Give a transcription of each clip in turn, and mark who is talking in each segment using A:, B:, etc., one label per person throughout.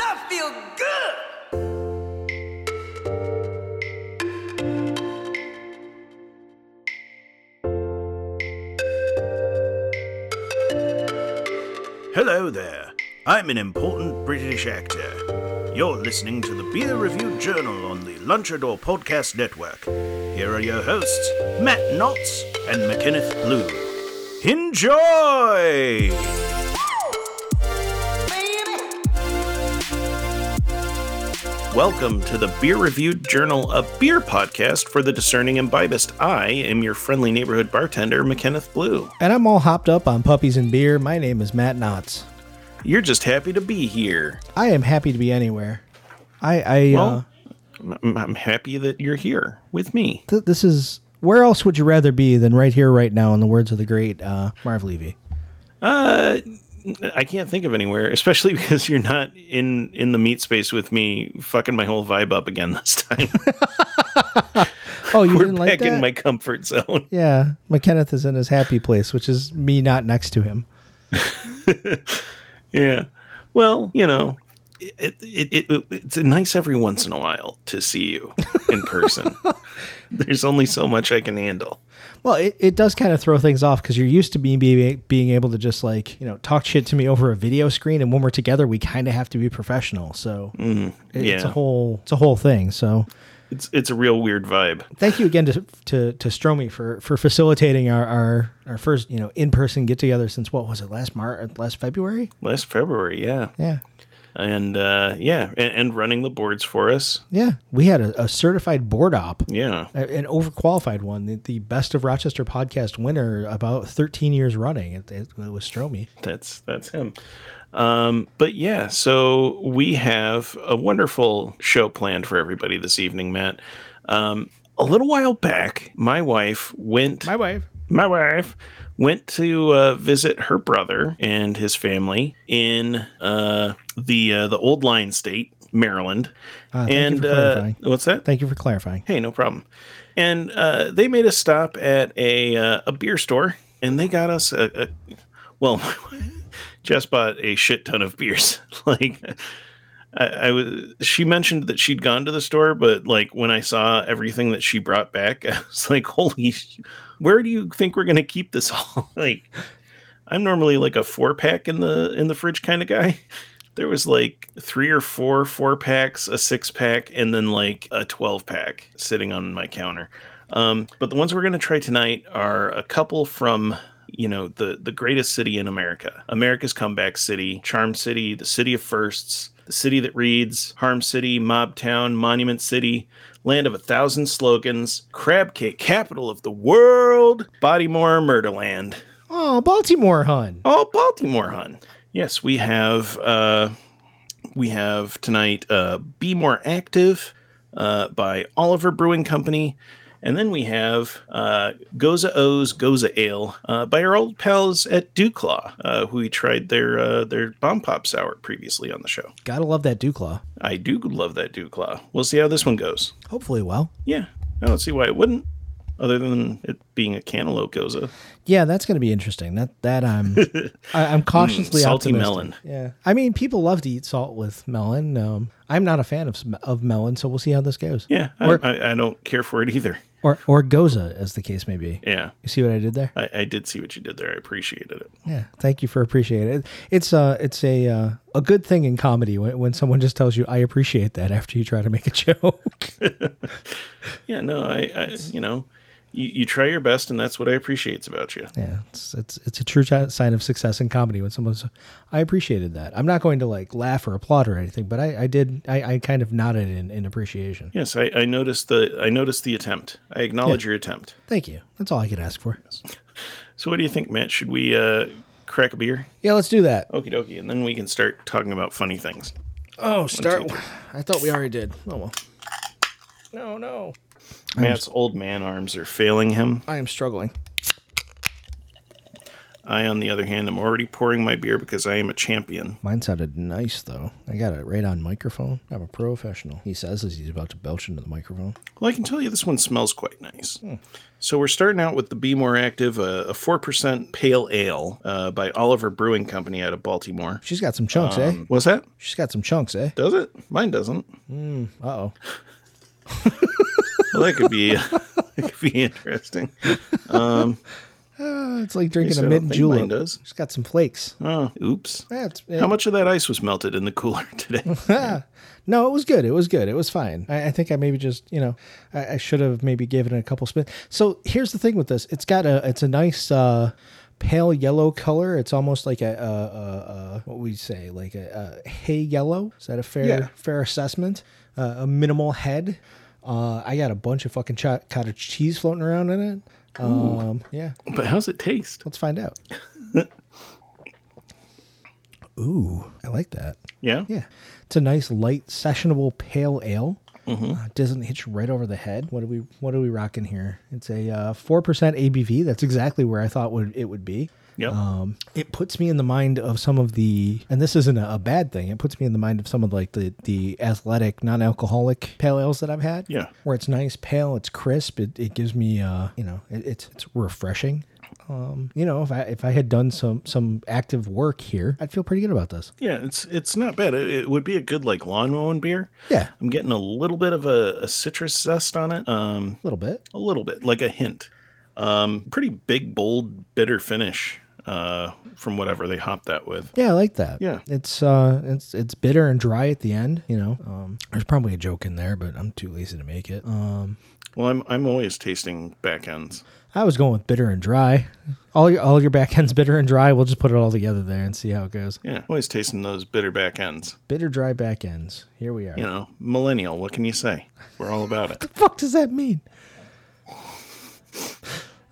A: I feel good.
B: Hello there. I'm an important British actor. You're listening to the Beer Review Journal on the Lunchador Podcast Network. Here are your hosts, Matt Knotts and McKenneth Blue. Enjoy! Welcome to the Beer Review Journal, a beer podcast for the discerning imbibist. I am your friendly neighborhood bartender, McKenneth Blue.
C: And I'm all hopped up on puppies and beer. My name is Matt Knotts.
B: You're just happy to be here.
C: I am happy to be anywhere. I, I, uh,
B: Well, I'm- I'm happy that you're here with me.
C: th- this is where else would you rather be than right here, right now, in the words of the great uh, Marv Levy?
B: Uh, I can't think of anywhere, especially because you're not in in the meat space with me, fucking my whole vibe up again this time.
C: Oh, you
B: We're
C: didn't like
B: back
C: that?
B: in my comfort zone.
C: yeah, McKenneth is in his happy place, which is me not next to him.
B: Yeah. Well, you know, it, it, it, it it's nice every once in a while to see you in person. There's only so much I can handle.
C: Well, it, it does kind of throw things off because you're used to being, being being able to just like you know talk shit to me over a video screen, and when we're together, we kind of have to be professional. So it- it's a
B: Mm-hmm. yeah.
C: whole it's a whole thing. So
B: It's it's a real weird vibe.
C: thank you again to to to Stromy for for facilitating our our, our first you know in person get together since what was it last Mar last February?
B: Last February, yeah,
C: Yeah,
B: and uh, yeah, and, and running the boards for us,
C: yeah. We had a, a certified board op,
B: yeah.
C: a- an overqualified one, the, the best of Rochester podcast winner about thirteen years running. It, it, it was Stromy.
B: that's that's him um but yeah so we have a wonderful show planned for everybody this evening matt um a little while back my wife went my,
C: wife.
B: wife went to uh, visit her brother and his family in uh the uh, the old line state maryland
C: Uh, thank you
B: and
C: for
B: uh
C: clarifying.
B: what's that
C: Thank you for clarifying.
B: Hey, no problem. And uh, they made us stop at a uh, a beer store, and they got us a, a well. Jess bought a shit ton of beers. like I, I was, she mentioned that she'd gone to the store, but like when I saw everything that she brought back, I was like, "Holy, sh- where do you think we're gonna keep this all?" like I'm normally like a four pack in the in the fridge kind of guy. There was like three or four four packs, a six pack, and then like a twelve pack sitting on my counter. Um, but the ones we're gonna try tonight are a couple from you know the the greatest city in America, America's comeback city, Charm City, the city of firsts, the city that reads, Harm City, Mob Town, Monument City, land of a thousand slogans, crab cake, capital of the world, Bodymore, Murderland.
C: Oh, Baltimore, hun.
B: Oh, Baltimore, hun. Yes, we have uh, we have tonight uh, "Be More Active" uh, by Oliver Brewing Company, and then we have uh, Goza O's Goza Ale uh, by our old pals at Dewclaw, uh, who we tried their uh, their bomb pop sour previously on the show.
C: Gotta love that Duclaw.
B: I do love that Dewclaw. We'll see how this one goes.
C: Hopefully, well.
B: Yeah, I don't see why it wouldn't, other than it being a cantaloupe Goza.
C: Yeah, that's going to be interesting. That that I'm I, I'm cautiously
B: Mm, salty
C: optimistic.
B: melon.
C: Yeah, I mean, people love to eat salt with melon. Um, I'm not a fan of sm- of melon, so we'll see how this goes.
B: Yeah, I,
C: Or-
B: I, I don't care for it either.
C: Or or goza, as the case may be.
B: Yeah.
C: You see what I did there?
B: I, I did see what you did there. I appreciated it.
C: Yeah. Thank you for appreciating it. It's uh it's a uh, a good thing in comedy when, when someone just tells you I appreciate that after you try to make a joke.
B: Yeah, no, I, I you know, you, you try your best, and that's what I appreciate about you.
C: Yeah, it's it's it's a true chi- sign of success in comedy when someone's. I appreciated that. I'm not going to like laugh or applaud or anything, but I, I did. I, I kind of nodded in, in appreciation.
B: Yes, I, I noticed the I noticed the attempt. I acknowledge your attempt.
C: Thank you. That's all I could ask for.
B: So, what do you think, Matt? Should we uh, crack a beer?
C: Yeah, let's do that.
B: Okie dokie, and then we can start talking about funny things.
C: Oh, start. I thought we already did. Oh well. No, no.
B: Matt's old man arms are failing him.
C: I am struggling.
B: I, on the other hand, am already pouring my beer because I am a champion.
C: Mine sounded nice though. I got it right on microphone. I'm a professional. He says as he's about to belch into the microphone.
B: Well, I can tell you this one smells quite nice. So we're starting out with the Be More Active, uh, a four percent pale ale uh, by Oliver Brewing Company out of Baltimore. Um,
C: She's got some chunks, eh?
B: What's that?
C: She's got some chunks, eh?
B: Does it? Mine doesn't.
C: Uh oh.
B: Well, that could be that could be interesting.
C: It's like drinking
B: Yes,
C: a
B: I don't
C: mint
B: think mine
C: julep.
B: does.
C: She's got some flakes.
B: Oh, oops.
C: That's
B: How much of that ice was melted in the cooler today?
C: No, it was good. It was good. It was fine. I, I think I maybe just you know I, I should have maybe given it a couple spins. So here's the thing with this: it's got a it's a nice uh, pale yellow color. It's almost like a, a, a, a what we say like a, a hay yellow. Is that a fair
B: Yeah.
C: fair assessment? Uh, a minimal head. Uh, I got a bunch of fucking cho- cottage cheese floating around in it. Um, yeah,
B: but how's it taste?
C: let's find out. Ooh, I like that.
B: Yeah.
C: Yeah. It's a nice light sessionable pale ale. Uh, it doesn't hit you right over the head. What do we what are we rocking here? It's a uh, four percent ABV. That's exactly where I thought would it would be.
B: Yep.
C: Um, it puts me in the mind of some of the, and this isn't a, a bad thing. It puts me in the mind of some of like the the athletic non-alcoholic pale ales that I've had.
B: Yeah.
C: where it's nice, pale, it's crisp. It, it gives me, uh, you know, it, it's it's refreshing. Um, you know, if I if I had done some some active work here, I'd feel pretty good about this.
B: Yeah, it's it's not bad. It, it would be a good like lawn mowing beer.
C: Yeah,
B: I'm getting a little bit of a, a citrus zest on it. Um,
C: a little bit.
B: a little bit, like a hint. Um, pretty big, bold, bitter finish uh, from whatever they hopped that with.
C: Yeah, I like that.
B: Yeah.
C: it's uh, it's it's bitter and dry at the end. You know, um, there's probably a joke in there, but I'm too lazy to make it. Um,
B: Well, I'm I'm always tasting back ends.
C: I was going with bitter and dry. All your all your back ends bitter and dry. We'll just put it all together there and see how it goes.
B: Yeah, always tasting those bitter back ends.
C: Bitter dry back ends. Here we are.
B: You know, millennial. What can you say? We're all about it.
C: the fuck does that mean?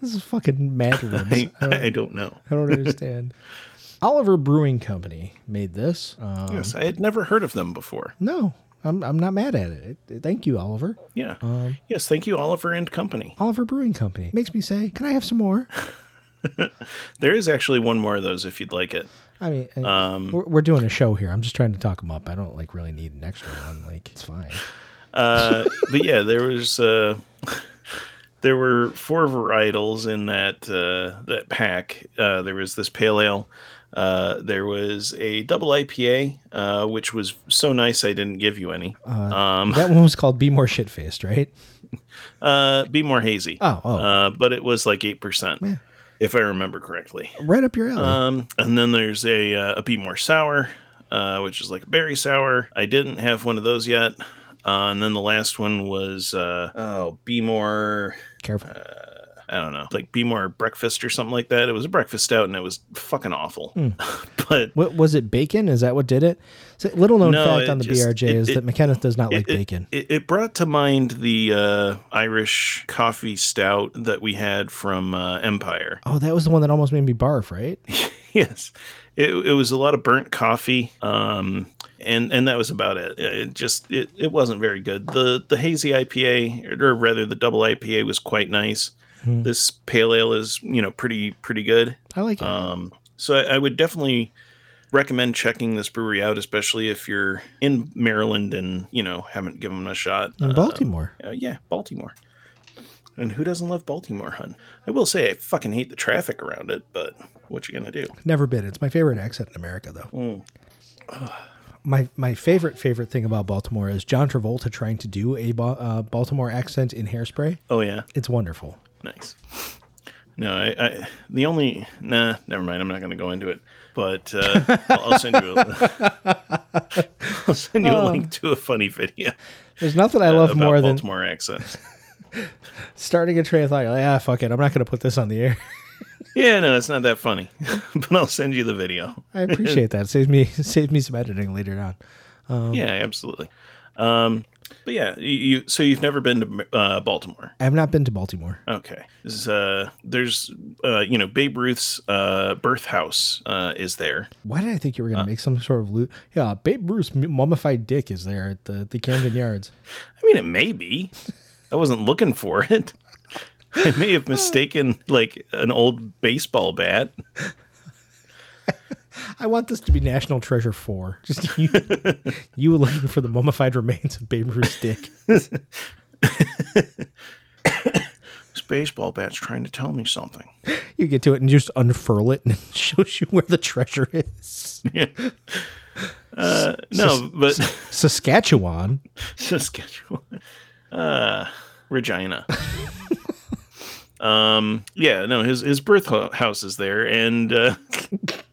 C: This is fucking mad libs.
B: I, I don't know.
C: I don't understand. Oliver Brewing Company made this. Uh,
B: Yes, I had never heard of them before.
C: No, I'm I'm not mad at it. It- Thank you, Oliver. Um,
B: Yeah.
C: Uh-huh.
B: yes, thank you, Oliver and Company.
C: Oliver Brewing Company makes me say, "Can I have some more?"
B: There is actually one more of those if you'd like it.
C: I mean, I-
B: Um,
C: we're, we're doing a show here. I'm just trying to talk them up. I don't like really need an extra one. Like it's fine.
B: Uh, but yeah, there was uh, there were four varietals in that uh, that pack. Uh, there was this pale ale. Uh, there was a double IPA, uh, which was so nice I didn't give you any. um,
C: That one was called "Be More Shit Faced," right?
B: uh, be more hazy.
C: Oh, oh.
B: Uh, but it was like eight percent, if I remember correctly.
C: Right up your alley.
B: Um, and then there's a, uh, a Be More Sour, uh, which is like a berry sour. I didn't have one of those yet. Uh, and then the last one was uh, oh Be More.
C: Careful.
B: I don't know, like Be More Breakfast or something like that. It was a breakfast out, and it was fucking awful. but
C: what was it? Bacon? Is that what did it? So, little known
B: No,
C: fact
B: it
C: on the
B: just-
C: BRJ
B: it-
C: is
B: it-
C: that McKenneth does not like
B: it-
C: bacon.
B: It, it brought to mind the uh, Irish coffee stout that we had from uh, Empire.
C: oh, that was the one that almost made me barf, right?
B: yes it, it was a lot of burnt coffee um and and that was about it it just it, it wasn't very good the the hazy ipa or rather the double ipa was quite nice this pale ale is you know pretty pretty good
C: I like it.
B: um so I, I would definitely recommend checking this brewery out especially if you're in maryland and you know haven't given them a shot
C: in
B: Uh,
C: Baltimore.
B: uh, yeah baltimore and who doesn't love baltimore hun i will say i fucking hate the traffic around it but what you gonna do
C: Never been. It's my favorite accent in America, though.
B: Hmm.
C: My my favorite favorite thing about Baltimore is John Travolta trying to do a Ba- uh, Baltimore accent in Hairspray.
B: Oh yeah,
C: It's wonderful.
B: nice. No, I, I the only nah, never mind. I'm not going to go into it, but uh, I'll, I'll send you. A, I'll send you a link to a funny video
C: There's nothing I
B: about
C: Oh. love more than
B: Baltimore accents.
C: starting a train of thought. You're like, ah, fuck it. I'm not going to put this on the air.
B: Yeah, no, it's not that funny, but I'll send you the video.
C: I appreciate that. Saves me saves me some editing later on. Um,
B: Yeah, absolutely. Um, but yeah, you, you so you've never been to uh, Baltimore.
C: I have not been to Baltimore.
B: Okay. This is, uh, there's, uh, you know, Babe Ruth's uh, birth house uh, is there.
C: Why did I think you were going to make some sort of loot? Yeah, Babe Ruth's mu- mummified dick is there at the, the Camden Yards.
B: I mean, it may be. I wasn't looking for it. I may have mistaken like an old baseball bat.
C: I want this to be National Treasure 4. Just you, you looking for the mummified remains of Babe Ruth's dick.
B: This baseball bat's trying to tell me something.
C: You get to it and just unfurl it and it shows you where the treasure is.
B: Uh, no, but
C: Saskatchewan.
B: Saskatchewan. Uh, Regina. um, yeah, no, his his birth ho- house is there, and uh,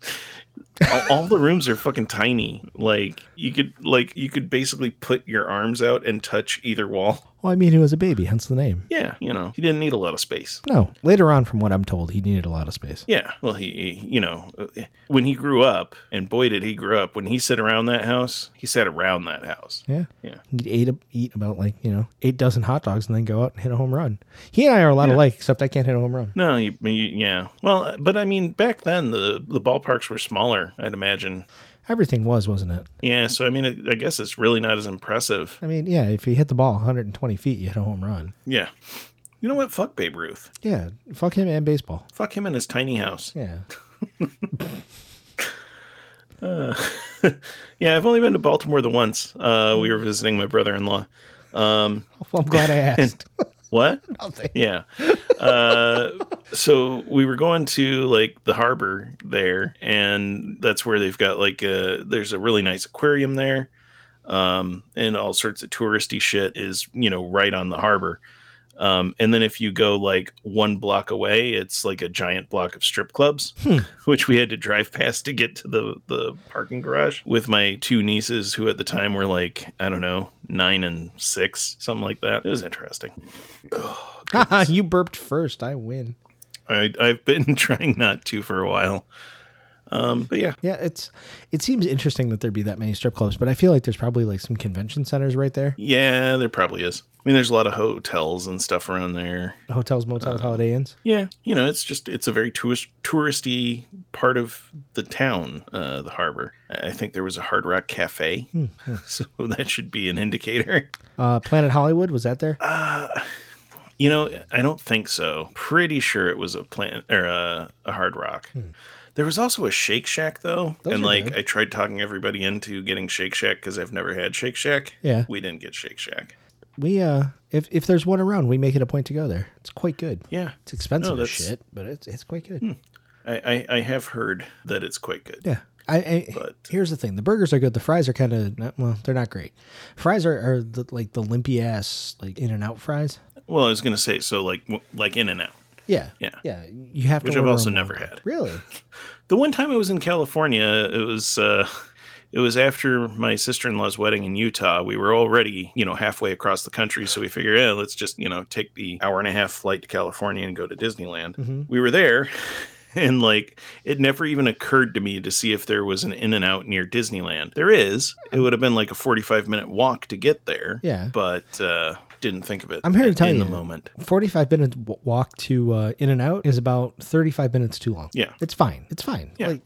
B: all, all the rooms are fucking tiny. Like you could like you could basically put your arms out and touch either wall.
C: Well, I mean, he was a baby, hence the name.
B: Yeah, you know, he didn't need a lot of space.
C: No, later on, from what I'm told, he needed a lot of space.
B: Yeah, well, he, he- you know, uh, when he grew up, and boy did he grow up. When he sat around that house, he sat around that house.
C: Yeah.
B: Yeah.
C: He'd eat, a, eat about like, you know, eight dozen hot dogs and then go out and hit a home run. He and I are a lot alike, except I can't hit a home run.
B: No, you, you, yeah. Well, uh, but I mean, back then the the ballparks were smaller. I'd imagine.
C: Everything was, wasn't it?
B: Yeah, so I mean, I- I guess it's really not as impressive.
C: I mean, yeah, if you hit the ball 120 feet, you hit a home run.
B: Yeah. You know what? Fuck Babe Ruth.
C: Yeah, fuck him and baseball.
B: Fuck him in his tiny house.
C: Yeah.
B: Yeah, I've only been to Baltimore the once. Uh, we were visiting my brother-in-law. Um,
C: Well, I'm glad I asked.
B: what?
C: Nothing.
B: Yeah. Uh, so we were going to like the harbor there, and that's where they've got like a there's a really nice aquarium there, um, and all sorts of touristy shit is you know right on the harbor. Um, and then if you go like one block away, it's like a giant block of strip clubs, which we had to drive past to get to the the parking garage with my two nieces, who at the time were like I don't know nine and six, something like that. It was interesting.
C: Haha, you burped first. I win.
B: I, I've been trying not to for a while. Um, but yeah,
C: Yeah, it's it seems interesting that there'd be that many strip clubs, but I feel like there's probably like some convention centers right there.
B: yeah, there probably is. I mean, there's a lot of hotels and stuff around there.
C: Hotels, motels,
B: Uh.
C: holiday inns.
B: Yeah, you know, it's just it's a very tourist touristy part of the town, uh, the harbor. I I think there was a Hard Rock Cafe, so that should be an indicator.
C: Uh Planet Hollywood, was that there?
B: Uh. You know, I don't think so. Pretty sure it was a plant or a, a Hard Rock. There was also a Shake Shack though,
C: Hmm. Those
B: and
C: are
B: like
C: good.
B: I tried talking everybody into getting Shake Shack because I've never had Shake Shack.
C: Yeah.
B: we didn't get Shake Shack.
C: We uh if if there's one around, we make it a point to go there. It's quite good.
B: Yeah,
C: It's expensive
B: No,
C: as
B: that's- Hmm.
C: shit, but it's it's quite good.
B: I, I I have heard that it's quite good.
C: Yeah. I, I
B: But-
C: here's the thing: the burgers are good. The fries are kind of well, they're not great. Fries are, are the, like the limpy ass like in and out fries.
B: Well, I was gonna say so like w- like In and Out,
C: Yeah,
B: Yeah.
C: yeah. You have to.
B: which I've
C: order
B: also
C: them.
B: never had.
C: Really?
B: The one time I was in California, it was uh, it was after my sister in law's wedding in Utah. We were already you know halfway across the country, so we figured, yeah, let's just you know take the hour and a half flight to California and go to Disneyland.
C: Mm-hmm.
B: We were there. And like, it never even occurred to me to see if there was an In and Out near Disneyland. There is. It would have been like a forty-five minute walk to get there.
C: Yeah.
B: But uh, didn't think of it.
C: I'm here to tell
B: in
C: you.
B: the moment.
C: Forty-five minutes w- walk to uh, In and Out is about thirty-five minutes too long.
B: Yeah.
C: it's fine. It's fine.
B: Yeah.
C: Like,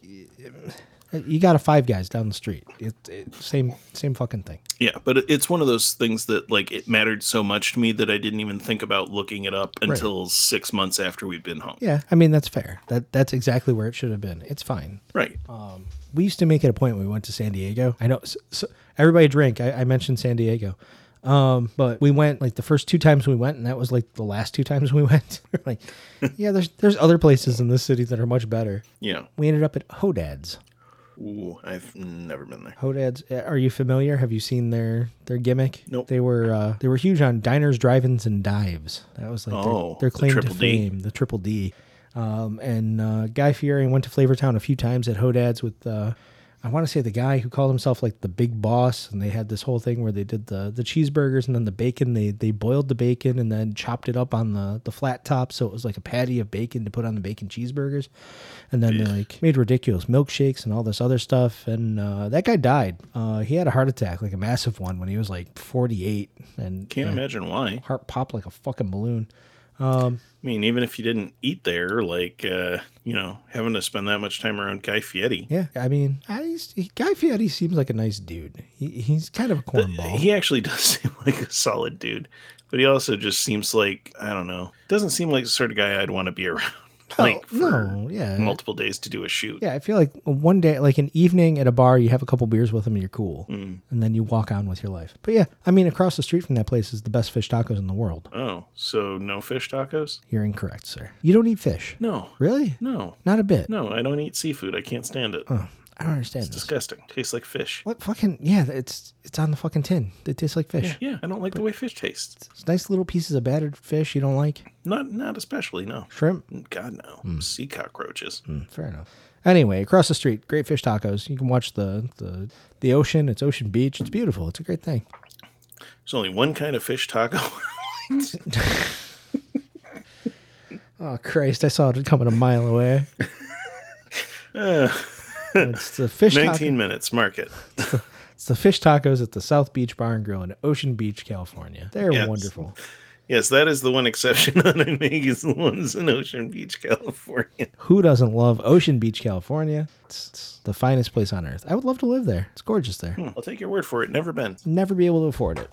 C: you got a Five Guys down the street. It, it same same fucking thing.
B: Yeah, but it- it's one of those things that like it mattered so much to me that I didn't even think about looking it up until six months after we'd been home.
C: Yeah, I mean that's fair. That that's exactly where it should have been. It's fine.
B: Right.
C: Uh, we used to make it a point when we went to San Diego. I know so, so everybody drank. I, I mentioned San Diego. Um, but we went like the first two times we went, and that was like the last two times we went. We're like, yeah, there's there's other places in this city that are much better.
B: yeah.
C: We ended up at Hodad's.
B: Ooh, I've never been there.
C: Hodad's, uh, are you familiar? Have you seen their their gimmick?
B: Nope.
C: They were uh, they were huge on diners, drive-ins, and dives. That was like their-
B: Oh,
C: their,
B: the
C: claim to
B: Triple D.
C: fame, the Triple D. Um, and uh, Guy Fieri went to Flavortown a few times at Hodad's with uh, I want to say the guy who called himself like the big boss, and they had this whole thing where they did the the cheeseburgers and then the bacon. They they boiled the bacon and then chopped it up on the the flat top, so it was like a patty of bacon to put on the bacon cheeseburgers, and then they like made ridiculous milkshakes and all this other stuff. And uh, that guy died. Uh, he had a heart attack, like a massive one, when he was like 48, and
B: Can't
C: yeah,
B: imagine why.
C: heart popped like a fucking balloon.
B: I mean, even if you didn't eat there, like uh, you know, having to spend that much time around Guy Fieri.
C: Yeah, I mean, I, he's- he- Guy Fieri seems like a nice dude. He, he's kind of a cornball.
B: He actually does seem like a solid dude, but he also just seems like I don't know. Doesn't seem like the sort of guy I'd want to be around. like for
C: Oh, no, yeah.
B: multiple days to do a shoot.
C: Yeah, I feel like one day, like an evening at a bar, you have a couple beers with them and you're cool.
B: Mm.
C: And then you walk on with your life. But yeah, I mean, across the street from that place is the best fish tacos in the world.
B: Oh, so no fish tacos?
C: You're incorrect, sir. You don't eat fish.
B: No.
C: Really?
B: No.
C: Not a bit.
B: No, I don't eat seafood. I can't stand it.
C: I don't understand this.
B: Disgusting. Tastes like fish.
C: What fucking, yeah, it's it's on the fucking tin. It tastes like fish.
B: Yeah, I don't like the way fish tastes.
C: It's nice little pieces of battered fish you don't like.
B: Not not especially, no.
C: Shrimp?
B: God no. Sea cockroaches.
C: Fair enough. Anyway, across the street, great fish tacos. You can watch the, the the ocean. It's Ocean Beach. It's beautiful. It's a great thing.
B: There's only one kind of fish taco.
C: Oh Christ! I saw it coming a mile away. it's the fish. Taco,
B: 19 minutes, mark it.
C: it's the fish tacos at the South Beach Bar and Grill in Ocean Beach, California. They're
B: Yes.
C: wonderful.
B: Yes, that is the one exception that I make is the ones in Ocean Beach, California.
C: Who doesn't love Ocean Beach, California? It's, it's the finest place on earth. I would love to live there. It's gorgeous there.
B: Hmm, I'll take your word for it. Never been.
C: Never be able to afford it.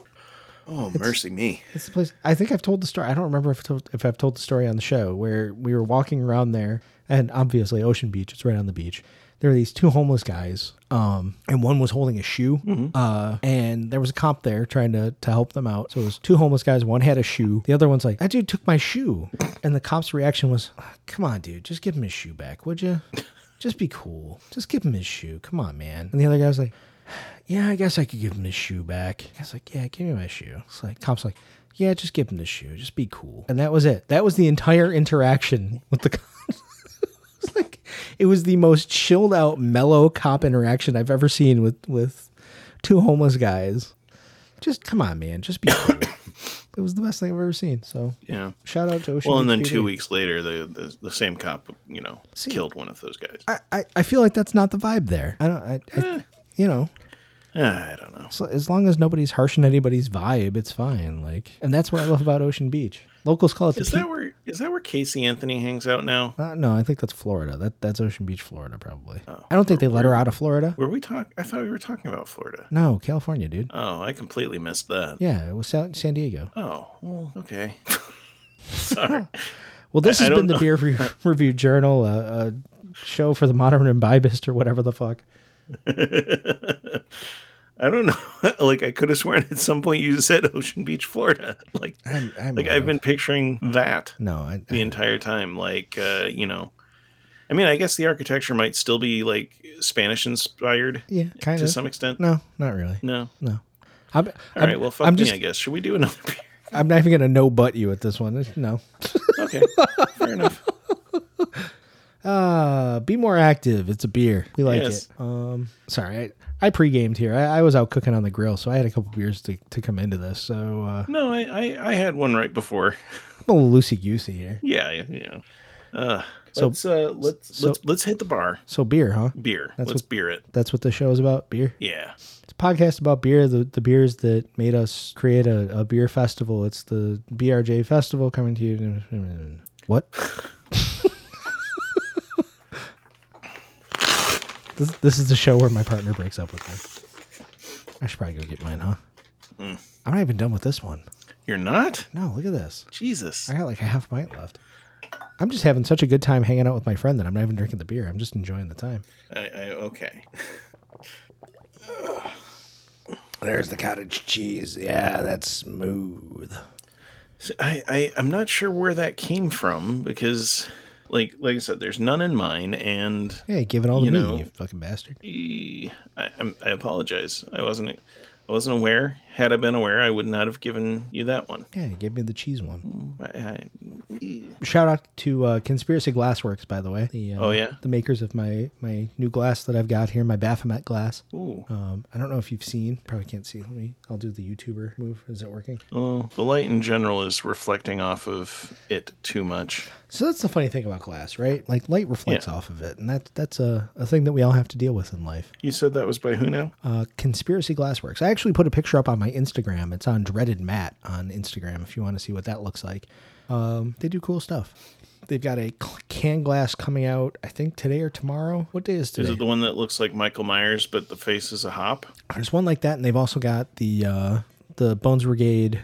B: Oh, mercy me.
C: It's the place. I think I've told the story. I don't remember if, I've told- if I've told the story on the show where we were walking around there, and obviously Ocean Beach. It's right on the beach. There were these two homeless guys, um, and one was holding a shoe, uh, and there was a cop there trying to to help them out. So it was two homeless guys. One had a shoe. The other one's like, "That dude took my shoe," and the cop's reaction was, "Come on, dude, just give him his shoe back, would you?" Just be cool. Just give him his shoe. Come on, man. And the other guy was like, yeah, I guess I could give him his shoe back. I was like, yeah, give me my shoe. It's like, cop's like, yeah, just give him the shoe. Just be cool. And that was it. That was the entire interaction with the cop. it, was like, it was the most chilled out, mellow cop interaction I've ever seen with, with two homeless guys. Just come on, man. Just be cool. it was the best thing I've ever seen. So
B: Yeah.
C: shout out to Ocean.
B: Well, and
C: Beach
B: then two
C: PD.
B: weeks later, the, the the same cop, you know, killed one of those guys.
C: I, I, I feel like that's not the vibe there. I don't, I,
B: Eh.
C: I you know,
B: Ah, I don't know.
C: So as long as nobody's harshing anybody's vibe, it's fine. Like, and that's what I love about Ocean Beach. Locals call it the
B: Is
C: Pe-
B: that where is that where Casey Anthony hangs out now?
C: uh, no, I think that's Florida. That that's Ocean Beach, Florida, probably.
B: Oh,
C: I don't think they let her out of Florida.
B: Were we talk? I thought we were talking about Florida.
C: No, California, dude.
B: Oh, I completely missed that.
C: Yeah, it was San San Diego.
B: Oh, well, okay. Sorry.
C: Well, this
B: I
C: has
B: don't
C: been the
B: know.
C: Beer Re- Review Journal, uh, uh, show for the modern imbibist or whatever the fuck.
B: I don't know. like I could have sworn at some point you said Ocean Beach, Florida. Like,
C: I'm, I'm
B: like I've been picturing that
C: no, I,
B: the entire time. Like, uh, you know, I mean, I guess the architecture might still be like Spanish inspired
C: yeah, kind
B: to
C: of.
B: some extent.
C: no, not really.
B: No.
C: No. I'm,
B: All right. Well, fuck
C: I'm
B: me.
C: just,
B: I guess. Should we do another beer?
C: I'm not even gonna no but you at this one. No.
B: Okay. Fair enough.
C: Uh, be more active. It's a beer. We like
B: Yes.
C: it. Um, sorry, I, I pre-gamed here. I, I was out cooking on the grill, so I had a couple beers to, to come into this. So uh,
B: No, I, I, I had one right before.
C: I'm a little loosey goosey here.
B: Yeah, yeah, yeah. Uh,
C: So-
B: let's uh, let's
C: so-
B: let's let's hit the bar.
C: So beer, huh?
B: Beer. let's beer it.
C: That's what the show is about. Beer.
B: Yeah.
C: It's a podcast about beer. The the beers that made us create a, a beer festival. It's the BRJ festival coming to you. What? this this is the show where my partner breaks up with me. I should probably go get mine, huh? I'm not even done with this one.
B: You're not?
C: No, look at this.
B: Jesus.
C: I got like a half pint left. I'm just having such a good time hanging out with my friend that I'm not even drinking the beer. I'm just enjoying the time.
B: I, I, okay.
C: There's the cottage cheese. Yeah, that's smooth.
B: So I, I I'm not sure where that came from because, like like I said, there's none in mine, and e,
C: Yeah, give it all to
B: You
C: me,
B: know.
C: you fucking bastard.
B: eh, I I'm, I apologize. I wasn't I wasn't aware. had I been aware, I would not have given you that one.
C: Yeah, you gave me the cheese one.
B: I- I-
C: Shout out to uh, Conspiracy Glassworks, by the way. The, uh,
B: Oh, yeah?
C: the makers of my my new glass that I've got here, my Baphomet glass.
B: ooh,
C: Um, I don't know if you've seen. Probably can't see. Let me. I'll do the YouTuber move. Is it working?
B: oh, the light in general is reflecting off of it too much.
C: So that's the funny thing about glass, right? Like light reflects off of it, and that that's a, a thing that we all have to deal with in life.
B: You said that was by who now?
C: Uh, Conspiracy Glassworks. I actually put a picture up on my Instagram. It's on Dreaded Matt on Instagram. If you want to see what that looks like, um, they do cool stuff. They've got a cl- can glass coming out. I think today or tomorrow. What day is today?
B: Is it the one that looks like Michael Myers, but the face is a hop?
C: There's one like that, and they've also got the uh, the Bones Brigade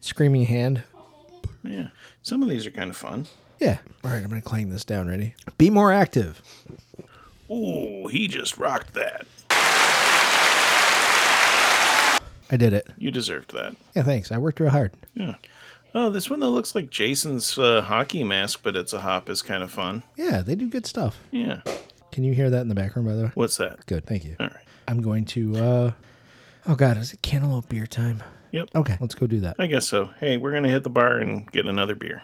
C: Screaming Hand.
B: Yeah. Some of these are kind of fun.
C: Yeah. All right, I'm gonna clang this down. Ready? Be more active.
B: Ooh, he just rocked that.
C: I did it.
B: You deserved that.
C: Yeah, thanks. I worked real hard.
B: Yeah. Oh, this one that looks like Jason's uh, hockey mask, but it's a hop is kind of fun.
C: Yeah, they do good stuff.
B: Yeah.
C: Can you hear that in the background, by the way?
B: What's that?
C: Good, thank you.
B: All right.
C: I'm going to. uh Oh God, is it cantaloupe beer time?
B: Yep.
C: Okay, let's go do that.
B: I guess so. Hey, we're going to hit the bar and get another beer.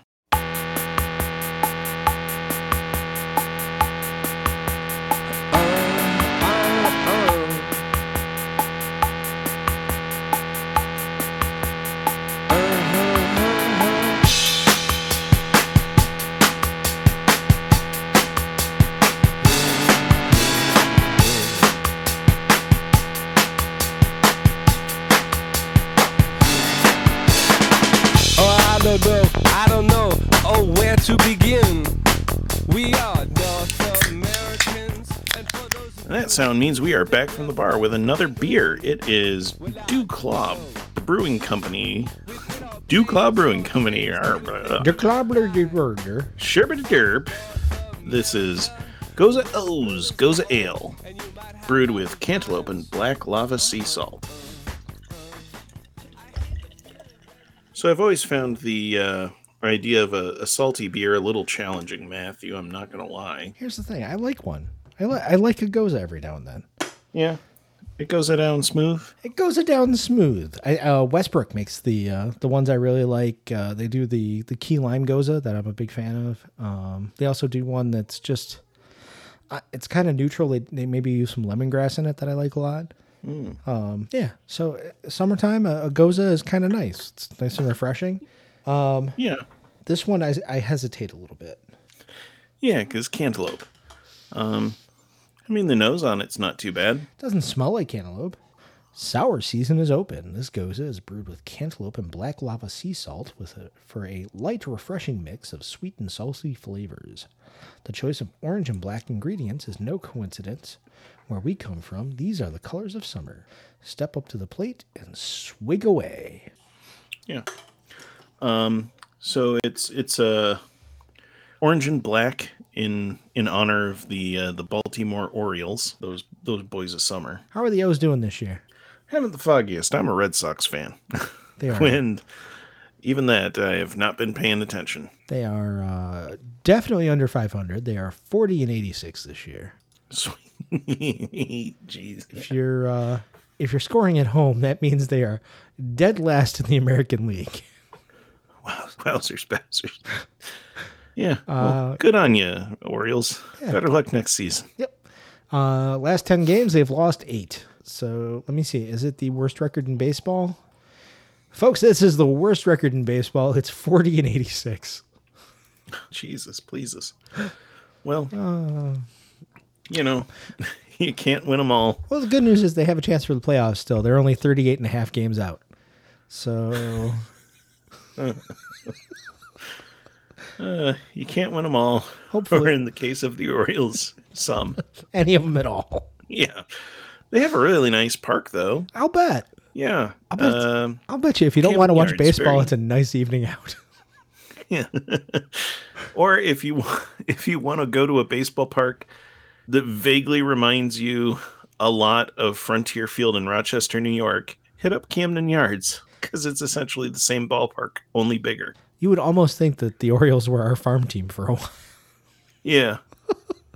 D: Oh, I don't know, I don't know, oh, where to begin. We are North Americans, and for those who
B: And that sound means we are back from the bar with another beer. It is Duclaw Brewing Company. Duclaw Brewing Company. uh, Arr, bruh.
C: The clobbler de burger.
B: Sherbet Derp. This is Goza O's Goza Ale, brewed with cantaloupe and black lava sea salt. So I've always found the uh, idea of a, a salty beer a little challenging, Matthew. I'm not going to lie.
C: Here's the thing. I like one. I like I like a goza every now and then.
B: Yeah. It goes down smooth.
C: It goes down smooth. I, uh, Westbrook makes the uh, the ones I really like. Uh, they do the the key lime goza that I'm a big fan of. Um, they also do one that's just uh, it's kind of neutral. They, they maybe use some lemongrass in it that I like a lot. Um, yeah, so uh, summertime a, a goza is kind of nice. It's nice and refreshing.
B: Yeah.
C: This one I, I hesitate a little bit.
B: Yeah, because cantaloupe. Um, I mean, the nose on it's not too bad.
C: Doesn't smell like cantaloupe. Sour season is open. This goza is brewed with cantaloupe and black lava sea salt with a, for a light, refreshing mix of sweet and salty flavors. The choice of orange and black ingredients is no coincidence. Where we come from, these are the colors of summer. Step up to the plate and swig away.
B: Yeah. Um, so it's it's uh, orange and black in in honor of the uh, the Baltimore Orioles. Those those boys of summer.
C: How are the O's doing this year?
B: Haven't the foggiest. I'm a Red Sox fan,
C: They are
B: and even that I have not been paying attention.
C: they are uh, definitely under 500. They are 40 and 86 this year.
B: Sweet. Jeez.
C: if you're uh, if you're scoring at home, that means they are dead last in the American League.
B: Wow. Wowzers, basters. Yeah. well, good on you, Orioles. Better luck next season.
C: Yep. Uh, last ten games, they've lost eight. So let me see. Is it the worst record in baseball, folks? This is the worst record in baseball. It's forty and eighty-six.
B: Jesus, pleases. Well,
C: Ah.
B: you know, you can't win them all.
C: Well, the good news is they have a chance for the playoffs still. They're only 38 and a half games out. So
B: You can't win them all. Or
C: Hopefully.
B: in the case of the Orioles, some.
C: any of them at all.
B: Yeah. They have a really nice park, though.
C: I'll bet.
B: Yeah.
C: bet-
B: Um,
C: I'll bet you if you don't
B: Camp
C: want to watch
B: Yards,
C: baseball,
B: very-
C: it's a nice evening out.
B: yeah. or if you if you want to go to a baseball park that vaguely reminds you a lot of Frontier Field in Rochester, New York, hit up Camden Yards because it's essentially the same ballpark, only bigger.
C: You would almost think that the Orioles were our farm team for a while.
B: Yeah.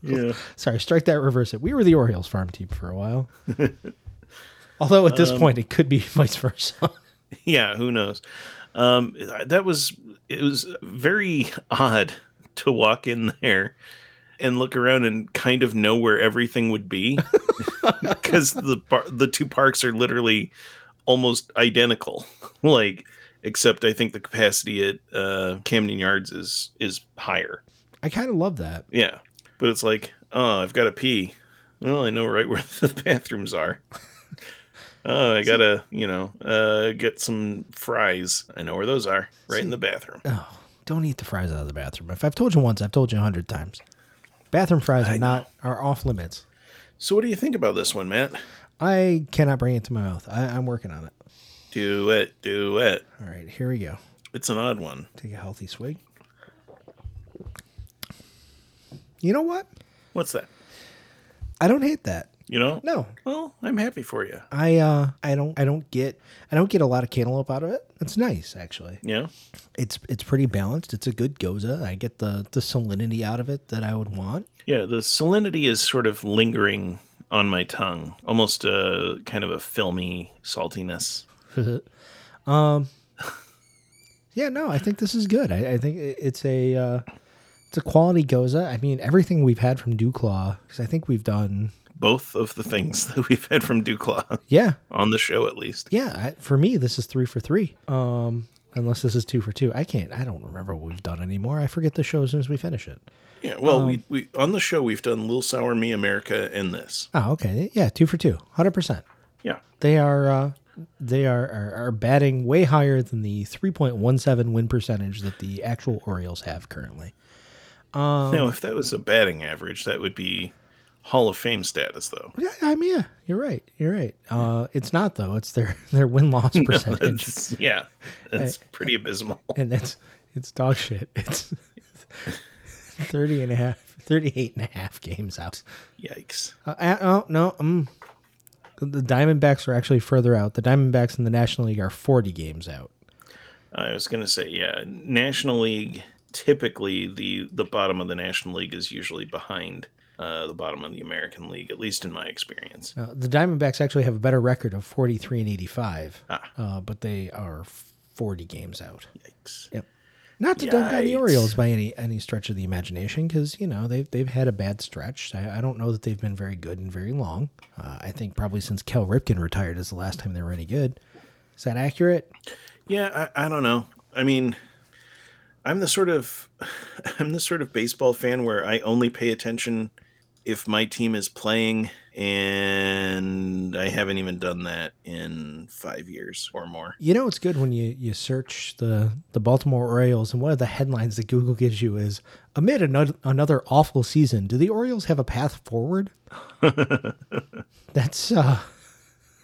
B: Yeah.
C: Sorry, strike that, reverse it. We were the Orioles farm team for a while. Although at this point it could be vice versa.
B: yeah who knows um that was it was very odd to walk in there and look around and kind of know where everything would be because the par- the two parks are literally almost identical like except i think the capacity at uh camden yards is is higher
C: I kind of love that.
B: yeah but it's like oh i've got to pee well i know right where the bathrooms are oh i gotta you know uh get some fries i know where those are right in the bathroom
C: Oh, don't eat the fries out of the bathroom. If I've told you once, I've told you a hundred times. Bathroom fries are not are off limits.
B: so what do you think about this one matt
C: I cannot bring it to my mouth. I, I'm working on it.
B: do it do it
C: All right, here we go.
B: It's an odd one.
C: Take a healthy swig. You know what?
B: What's that?
C: I don't hate that.
B: You know?
C: No,
B: Well, I'm happy for you.
C: I uh, I don't I don't get I don't get a lot of cantaloupe out of it. It's nice actually.
B: Yeah.
C: It's it's pretty balanced. It's a good goza. I get the the salinity out of it that I would want.
B: Yeah. The salinity is sort of lingering on my tongue, almost a kind of a filmy saltiness.
C: Um, Yeah, no, I think this is good. I, I think i- it's a uh, it's a quality goza. I mean, everything we've had from Dewclaw, because I think we've done.
B: Both of the things that we've had from Duclaw
C: Yeah,
B: on the show, at least.
C: yeah. I, for me, this is three for three. Um, unless this is two for two. I can't. I don't remember what we've done anymore. I forget the show as soon as we finish it.
B: Yeah. Well, we, we on the show we've done Lil Sour Me America and this.
C: Oh, okay. Yeah, two for two. Hundred percent.
B: Yeah.
C: They are. Uh, they are, are are batting way higher than the 3.17 win percentage that the actual Orioles have currently.
B: now, if that was a batting average, that would be Hall of Fame status, though.
C: Yeah, I mean, yeah, you're right. You're right. Uh, it's not though. It's their their win loss percentage,
B: That's, yeah. That's pretty abysmal.
C: and that's it's dog shit. It's 30 and a half, 38 and a half games out.
B: Yikes.
C: Uh, uh, oh no, um, the, the Diamondbacks are actually further out. The Diamondbacks in the National League are 40 games out.
B: I was gonna say, yeah, National League. Typically, the the bottom of the National League is usually behind uh, the bottom of the American League, at least in my experience.
C: Uh, the Diamondbacks actually have a better record of 43 and 85, uh, but they are 40 games out.
B: Yikes.
C: Yep. Not to dunk on the
B: Yikes.
C: Orioles by any any stretch of the imagination, because you know they've they've had a bad stretch. I, I don't know that they've been very good in very long. Uh, I think probably since Cal Ripken retired is the last time they were any good. Is that accurate?
B: Yeah, I, I don't know. I mean, I'm the sort of I'm the sort of baseball fan where I only pay attention if my team is playing, and I haven't even done that in five years or more.
C: You know it's good when you you search the the Baltimore Orioles, and one of the headlines that Google gives you is amid another, another awful season, do the Orioles have a path forward? That's uh,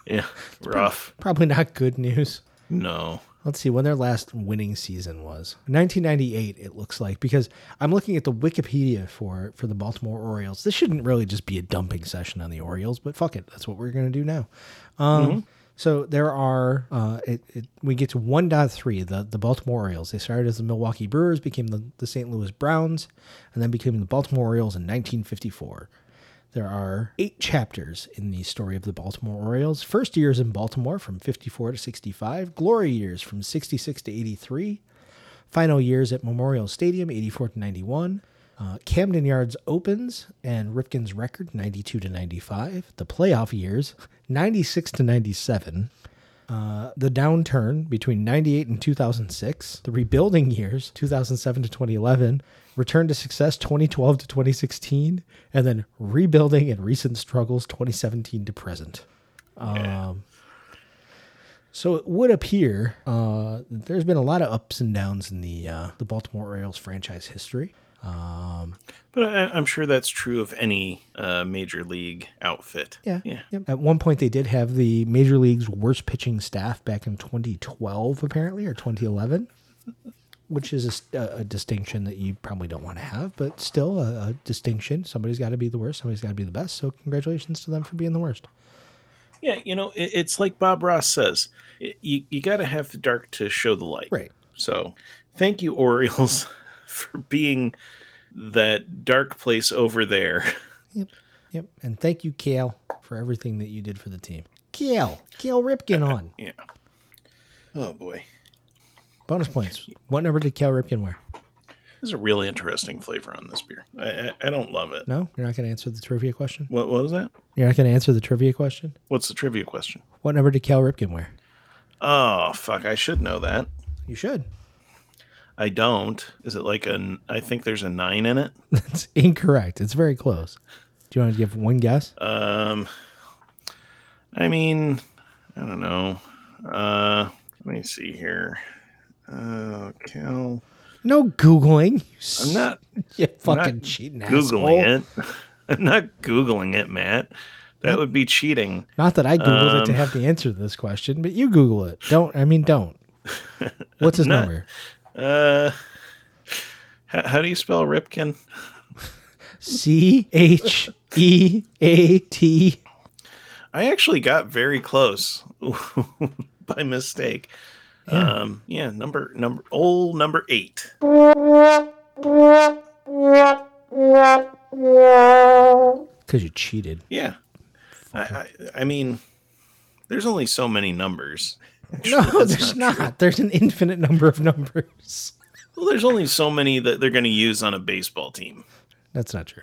B: Yeah, rough.
C: probably not good news.
B: No.
C: Let's see when their last winning season was. 1998 it looks like because I'm looking at the Wikipedia for for the Baltimore Orioles. This shouldn't really just be a dumping session on the Orioles, but fuck it, that's what we're going to do now. Um So there are uh, it, it, we get to 1.3 the the Baltimore Orioles. They started as the Milwaukee Brewers, became the, the St. Louis Browns, and then became the Baltimore Orioles in 1954. There are eight chapters in the story of the Baltimore Orioles. First years in Baltimore from 54 to 65, glory years from 66 to 83, final years at Memorial Stadium 84 to 91. Uh, Camden Yards opens and Ripken's record 92 to 95. The playoff years 96 to 97. Uh, the downturn between 98 and 2006, the rebuilding years 2007 to 2011, return to success 2012 to 2016, and then rebuilding and recent struggles 2017 to present. Um, so it would appear uh, that there's been a lot of ups and downs in the uh, the Baltimore Orioles franchise history. Um,
B: But I, I'm sure that's true of any uh, major league outfit.
C: Yeah.
B: Yeah.
C: Yep. At one point, they did have the major league's worst pitching staff back in 2012, apparently, or 2011, which is a s- a, a distinction that you probably don't want to have, but still a, a distinction. Somebody's got to be the worst. Somebody's got to be the best. So congratulations to them for being the worst.
B: Yeah, you know, it, it's like Bob Ross says, i- you, you got to have the dark to show the light.
C: Right.
B: So thank you, Orioles, for being that dark place over there.
C: Yep. Yep. And thank you, Kale, for everything that you did for the team. Gail. Gail Ripkin on.
B: Yeah. Oh boy,
C: Bonus points. What number did Cal Ripkin wear?
B: there's a really interesting flavor on this beer. I I, I don't love it.
C: No? You're not going to answer the trivia question?
B: What, what was that?
C: You're not going to answer the trivia question?
B: What's the trivia question?
C: What number did Cal Ripkin wear?
B: Oh fuck, I should know that.
C: You should.
B: I don't. Is it like an? I think there's a nine in it.
C: That's incorrect. It's very close. Do you want to give one guess?
B: Um, I mean, I don't know. Uh, let me see here. Uh, Cal.
C: no Googling.
B: I'm not
C: you
B: I'm not
C: fucking cheating
B: googling
C: asshole.
B: it. I'm not googling it, Matt. That would be cheating.
C: Not that I Googled it to
B: Um,
C: have the answer to this question, but you Google it. Don't, I mean, don't. What's his
B: Not-
C: number?
B: Uh, how, how do you spell Ripkin?
C: C H E A T.
B: I actually got very close by mistake. Um, yeah, number number old number eight.
C: Because you cheated.
B: Yeah, I, I, I mean, there's only so many numbers.
C: No, there's not. There's an infinite number of numbers.
B: Well, there's only so many that they're going to use on a baseball team.
C: That's not true.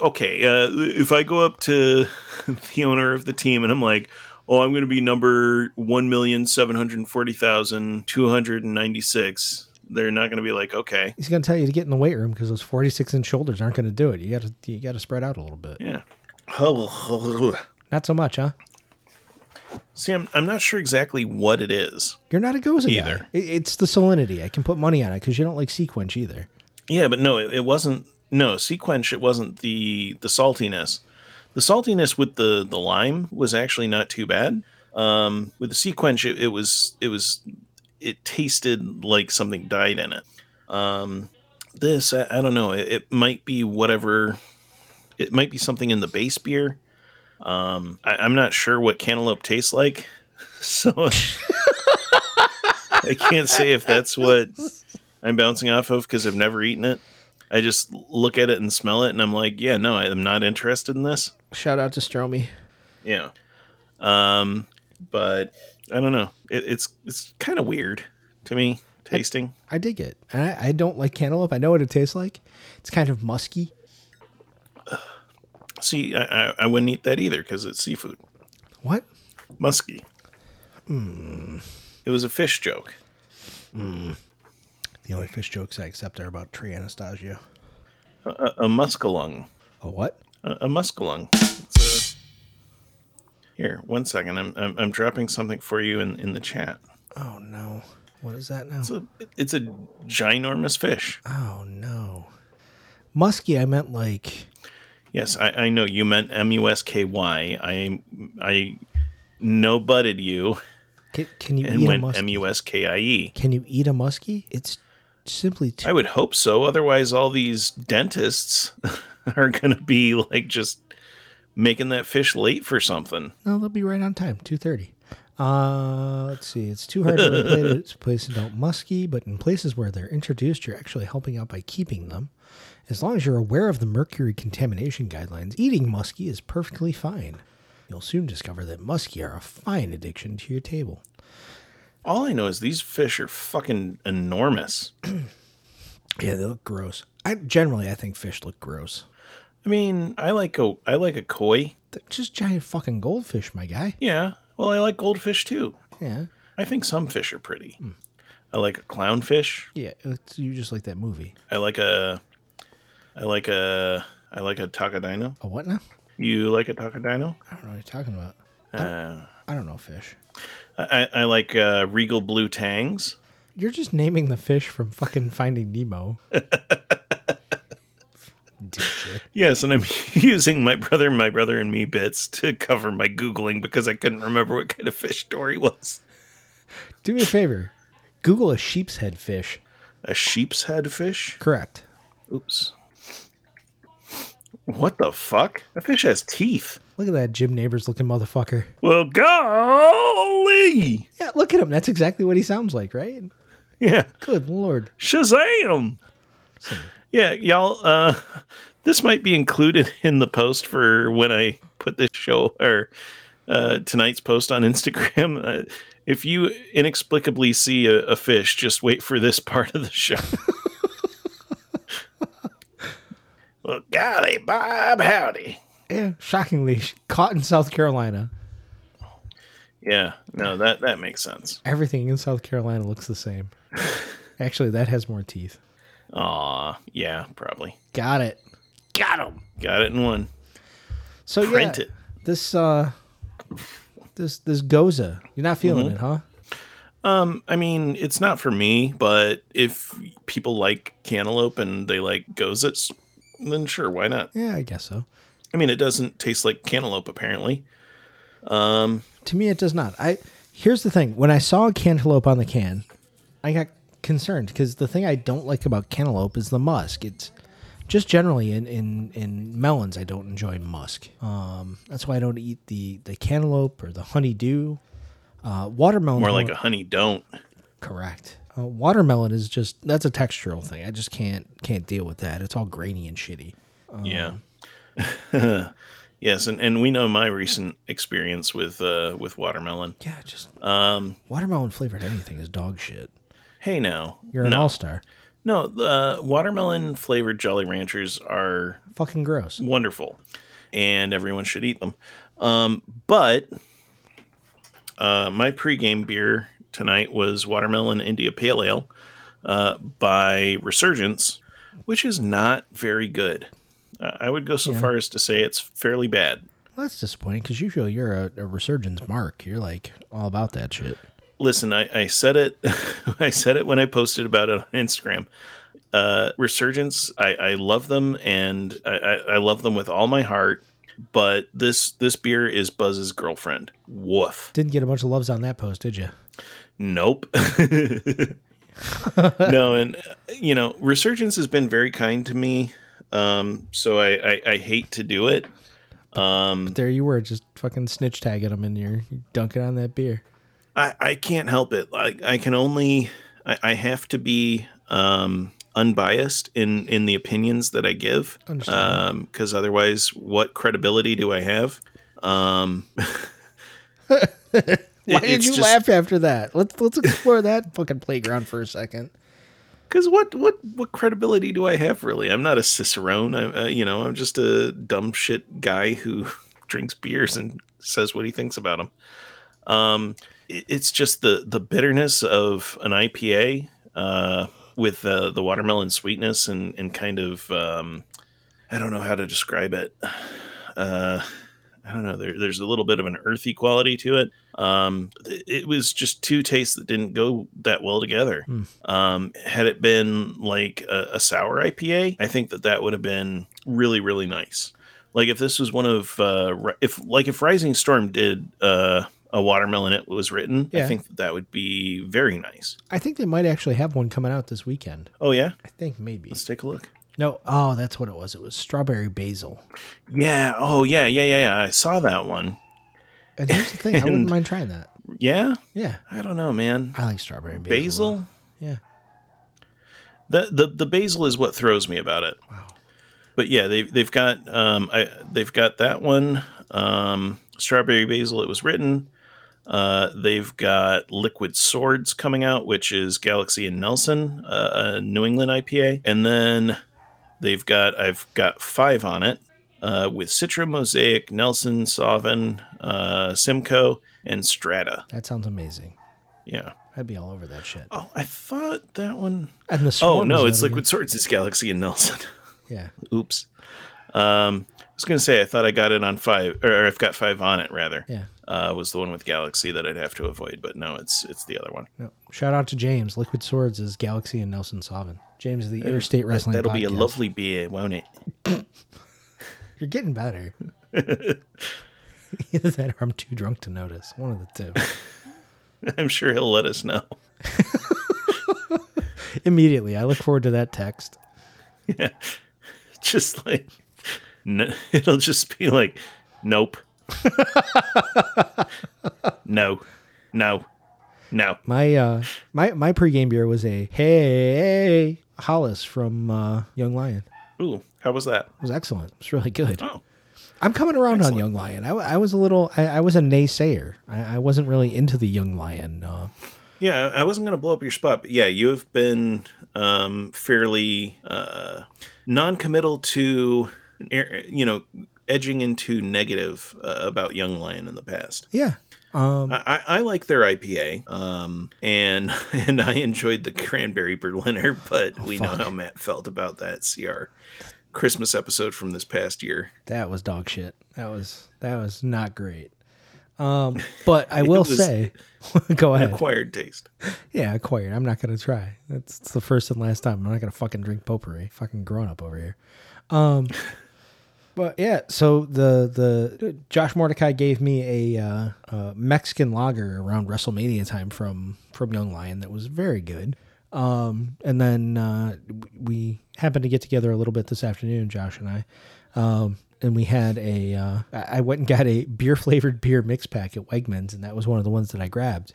B: okay, uh, if I go up to the owner of the team and I'm like, oh, I'm going to be number 1,740,296, they're not going to be like, okay,
C: He's gonna tell you to get in the weight room because those forty-six inch shoulders aren't gonna do it. You gotta you gotta spread out a little bit.
B: yeah.
C: Not so much, huh?
B: See, I'm, I'm not sure exactly what it is.
C: You're not a goza
B: Either.
C: guy. It, it's the salinity. I can put money on it because you don't like sequinch either.
B: Yeah, but no, it, it wasn't. No, Sequench, it wasn't the the saltiness. The saltiness with the the lime was actually not too bad. Um, with the Sequench, it, it was it was it tasted like something died in it. Um, this, I, I don't know. It, it might be whatever. It might be something in the base beer. Um, I, I'm not sure what cantaloupe tastes like, so I can't say if that's what I'm bouncing off of because I've never eaten it. I just look at it and smell it, and I'm like, yeah, no, I'm not interested in this.
C: Shout out to Stromy.
B: Yeah. Um, but I don't know. It, it's it's kind of weird to me tasting.
C: I dig it. And I, I don't like cantaloupe. I know what it tastes like. It's kind of musky.
B: See, I I, I wouldn't eat that either because it's seafood,
C: What?
B: musky. It was a fish joke.
C: The only fish jokes I accept are about tree Anastasia.
B: A, a muskalung.
C: A what?
B: A, a muskalung. It's a- Here, one second. I'm, I'm I'm dropping something for you in in the chat.
C: Oh no. What is that now?
B: It's a it's a ginormous fish.
C: Oh no. Musky, I meant like
B: Yes, I, I know you meant M U S K Y. I I no butted you
C: can, can you
B: and
C: eat a
B: went
C: musky?
B: M U S K I E.
C: Can you eat a muskie? It's simply too.
B: I would hope so. Otherwise, all these dentists are going to be like just making that fish late for something.
C: no, they'll be right on time. Two thirty. Uh, let's see. It's too hard to regulate its place in adult muskie, but in places where they're introduced, you're actually helping out by keeping them. As long as you're aware of the mercury contamination guidelines, eating muskie is perfectly fine. You'll soon discover that muskie are a fine addiction to your table.
B: All I know is these fish are fucking enormous.
C: Yeah, they look gross. I generally I think fish look gross.
B: I mean, I like a I like a koi.
C: They're just giant fucking goldfish, my guy.
B: Yeah. Well, I like goldfish too.
C: Yeah.
B: I think some fish are pretty. I like a clownfish.
C: Yeah, it's, you just like that movie.
B: I like a I like a I like a takodino.
C: A what now?
B: You like a takodino?
C: I don't know what you're talking about.
B: Uh,
C: I don't know fish.
B: I, I like uh, Regal Blue Tangs.
C: You're just naming the fish from fucking Finding Nemo. Dipshit.
B: Yes, and I'm using my brother, my brother and me bits to cover my googling because I couldn't remember what kind of fish story was.
C: Do me a favor. Google a sheep's head fish.
B: A sheep's head fish?
C: Correct.
B: Oops. What the fuck? That fish has teeth.
C: Look at that Jim Neighbors looking motherfucker.
B: Well, golly!
C: Yeah, look at him. That's exactly what he sounds like, right?
B: Yeah.
C: Good lord.
B: Shazam! Yeah, y'all. Uh, this might be included in the post for when I put this show or uh, tonight's post on Instagram. Uh, if you inexplicably see a, a fish, just wait for this part of the show. well, golly, Bob, howdy.
C: Yeah, shockingly caught in South Carolina.
B: Yeah, no, that that makes sense.
C: Everything in South Carolina looks the same. Actually, that has more teeth.
B: Aw, yeah, probably
C: Got it.
B: got him. Got it in one.
C: So
B: Print
C: yeah,
B: it.
C: this uh, this this goza. You're not feeling it, huh?
B: Um, I mean, it's not for me, but if people like cantaloupe and they like gozits, then sure, why not?
C: Yeah, I guess so.
B: I mean, it doesn't taste like cantaloupe apparently.
C: To me, it does not. I here's the thing: when I saw a cantaloupe on the can, I got concerned because the thing I don't like about cantaloupe is the musk. It's just generally in in, in melons, I don't enjoy musk. Um, that's why I don't eat the the cantaloupe or the honeydew. Uh, watermelon,
B: More like a honey don't.
C: correct. Uh, watermelon is just that's a textural thing. I just can't can't deal with that. It's all grainy and shitty.
B: Yeah. yes, and, and we know my recent experience with uh with watermelon.
C: Yeah, just
B: Um,
C: watermelon flavored anything is dog shit.
B: hey now.
C: You're an
B: no,
C: all star.
B: no, the uh, watermelon flavored Jolly Ranchers are
C: Fucking gross.
B: wonderful and everyone should eat them um, but uh, my pregame beer tonight was watermelon india pale ale uh, by resurgence which is not very good uh, i would go so far as to say it's fairly bad
C: Well, that's disappointing because usually you're a, a resurgence mark. You're like all about that shit.
B: listen i, I said it i said it when i posted about it on instagram uh, resurgence I, I love them and I, I, I love them with all my heart but this this beer is buzz's girlfriend woof
C: Didn't get a bunch of loves on that post, did you?
B: Nope. no, and you know, Resurgence has been very kind to me. Um, so I, I, I hate to do it. Um,
C: There you were, just fucking snitch tagging them in your dunking on that beer.
B: I, I can't help it. Like I can only I, I have to be um unbiased in in the opinions that I give.
C: Understand.
B: Um, because otherwise what credibility do I have? Um
C: Why did you laugh after that? Let's let's explore that fucking playground for a second.
B: Because what what what credibility do I have really? I'm not a cicerone. I, uh, you know, I'm just a dumb shit guy who drinks beers and says what he thinks about them. Um, it- it's just the the bitterness of an IPA uh, with uh, the watermelon sweetness and and kind of um, I don't know how to describe it. Uh, I don't know. There, there's a little bit of an earthy quality to it. Um, it- it was just two tastes that didn't go that well together. Um, had it been like a, a sour IPA, I think that that would have been really, really nice. Like if this was one of uh, Ri- if like if Rising Storm did uh, a watermelon, it was written.
C: Yeah.
B: I think that, that would be very nice.
C: I think they might actually have one coming out this weekend.
B: Oh yeah,
C: I think maybe.
B: let's take a look.
C: No, oh, that's what it was. It was strawberry basil.
B: Yeah. Oh yeah. Yeah. Yeah. Yeah. I saw that one.
C: And here's the thing, I wouldn't
B: And-
C: mind trying that.
B: Yeah.
C: Yeah,
B: I don't know, man.
C: I like strawberry basil.
B: Basil.
C: Yeah.
B: The, the the basil is what throws me about it. Wow. But yeah, they they've got um I they've got that one um strawberry basil. It was written. Uh, they've got Liquid Swords coming out, which is Galaxy and Nelson, uh, a New England IPA, and then they've got I've got five on it uh, with Citra, Mosaic, Nelson, Sauvin, uh, Simcoe, and Strata.
C: That sounds amazing.
B: Yeah.
C: I'd be all over that shit.
B: Oh, I thought that one
C: And the
B: Oh
C: swarm
B: no,
C: is
B: it's
C: out
B: Liquid Swords. It's Galaxy and Nelson.
C: again.
B: Oops. Um, I was gonna say I thought I got it on five, or I've got five on it rather.
C: Yeah, yeah.
B: Uh, was the one with Galaxy that I'd have to avoid, but no, it's it's the other one.
C: No. Shout out to James. Liquid Swords is Galaxy and Nelson Sauvin. James is the Interstate Wrestling.
B: That'll be a
C: Podcast.
B: lovely beer, won't it?
C: You're getting better. Either that or I'm too drunk to notice. One of the two.
B: I'm sure he'll let us know.
C: Immediately, I look forward to that text.
B: Just like n it'll just be like, nope, no, no, no.
C: My uh, my my pregame beer was a Hey Hollis from uh, Young Lion.
B: Ooh, how was that?
C: It was excellent. It was really good.
B: Oh,
C: I'm coming around on Young Lion. I, I was a little, I, I was a naysayer. I, I wasn't really into the Young Lion. Uh,
B: Yeah, I wasn't going to blow up your spot, but yeah, you have been um, fairly uh, non-committal to, er- you know, edging into negative uh, about Young Lion in the past.
C: yeah. Um,
B: I, I I like their IPA, um, and and I enjoyed the cranberry Berliner, but we know how Matt felt about that. See our Christmas episode from this past year.
C: that was dog shit. That was, that was not great. Um, but I will
B: was-
C: say, go ahead.
B: Acquired taste.
C: Yeah, acquired. I'm not gonna try. That's it's the first and last time. I'm not gonna fucking drink potpourri. Fucking grown up over here. Um, but yeah. So the the Josh Mordecai gave me a uh, uh, Mexican lager around WrestleMania time from from Young Lion that was very good. Um, and then uh, we happened to get together a little bit this afternoon, Josh and I. Um, and we had a uh, I I went and got a beer flavored beer mix pack at Wegmans, and that was one of the ones that I grabbed.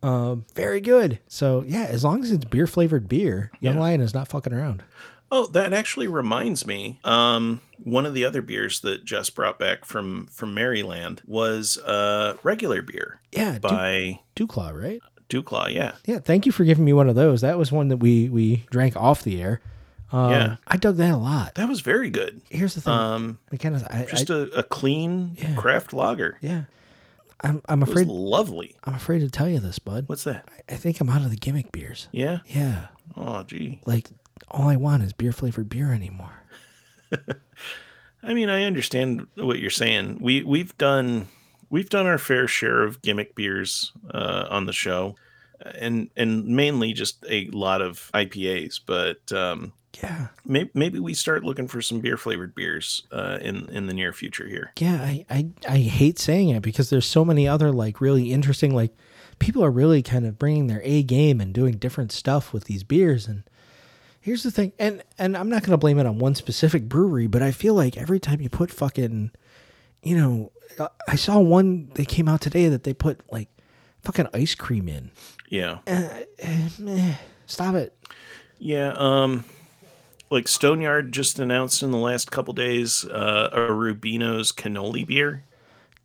C: Um, very good. So yeah, as long as it's beer flavored beer, Young Lion is not fucking around.
B: Oh, that actually reminds me. Um, one of the other beers that Jess brought back from from Maryland was uh, regular beer
C: Yeah, du-
B: by
C: Duclaw, right?
B: Duclaw. Yeah,
C: Yeah, thank you for giving me one of those. That was one that we we drank off the air. Um,
B: Yeah.
C: I dug that a lot.
B: that was very good.
C: Here's the thing,
B: Um,
C: we kind of I,
B: just
C: Hmm. I-
B: a a clean craft lager.
C: yeah. I'm I'm
B: It was
C: afraid
B: lovely.
C: I'm afraid to tell you this, bud.
B: What's that?
C: I think I'm out of the gimmick beers.
B: Yeah.
C: Yeah,
B: Oh, gee.
C: like all I want is beer flavored beer anymore.
B: I mean, I understand what you're saying. We we've done we've done our fair share of gimmick beers uh, on the show, and and mainly just a lot of IPAs. But um,
C: Yeah,
B: maybe, maybe we start looking for some beer flavored beers uh, in in the near future here.
C: Yeah, I, I I hate saying it because there's so many other like really interesting like people are really kind of bringing their A game and doing different stuff with these beers and here's the thing and and I'm not going to blame it on one specific brewery but I feel like every time you put fucking you know I- I saw one they came out today that they put like fucking ice cream in.
B: Yeah,
C: Meh, stop it.
B: yeah. Um, like Stoneyard just announced in the last couple days uh, a Rubino's cannoli beer,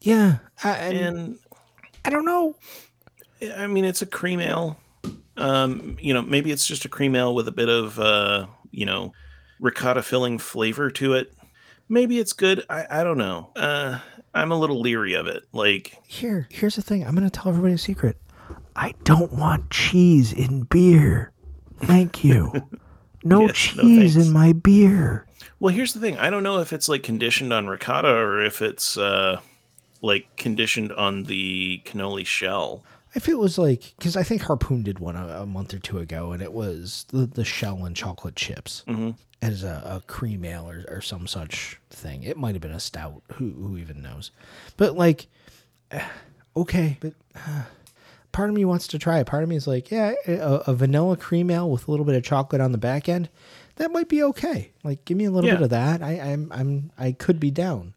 C: Yeah, I, and
B: and
C: I don't know.
B: I mean, it's a cream ale. Um, you know, maybe it's just a cream ale with a bit of uh, you know, ricotta filling flavor to it. Maybe it's good. I, I don't know. Uh, I'm a little leery of it. Like,
C: Here, here's the thing. I'm going to tell everybody a secret. I don't want cheese in beer. Thank you. No
B: Yes, no
C: cheese
B: thanks.
C: in my beer.
B: well, here's the thing. I don't know if it's like conditioned on ricotta or if it's uh, like conditioned on the cannoli shell.
C: If it was like, because I think Harpoon did one a, a month or two ago, and it was the, the shell and chocolate chips as a, a cream ale or, or some such thing. It might have been a stout. Who, who even knows? But like, eh, okay, but uh, part of me wants to try it. Part of me is like, yeah, a, a vanilla cream ale with a little bit of chocolate on the back end, that might be okay. Like, give me a little
B: Yeah.
C: bit of that. I, I'm, I'm, I could be down.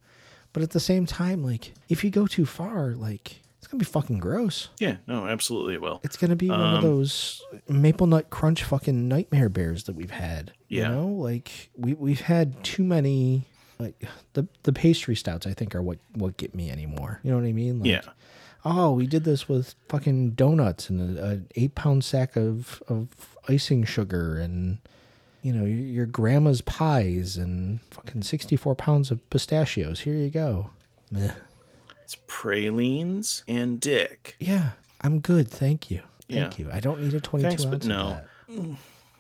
C: But at the same time, like, if you go too far, like, it's gonna be fucking gross.
B: Yeah, no, absolutely it will.
C: It's gonna be one
B: Um,
C: of those maple nut crunch fucking nightmare bears that we've had.
B: Yeah.
C: You know, like we we've had too many like the the pastry stouts I think are what what get me anymore. You know what I mean? Like,
B: Yeah.
C: Oh, we did this with fucking donuts and a, an eight pound sack of of icing sugar and you know your, your grandma's pies and fucking sixty four pounds of pistachios. Here you go. Meh.
B: It's pralines and dick.
C: Yeah, I'm good. Thank you. Thank
B: Yeah.
C: you. I don't need a 22
B: Thanks,
C: ounce.
B: but
C: of
B: no. Uh,
C: that.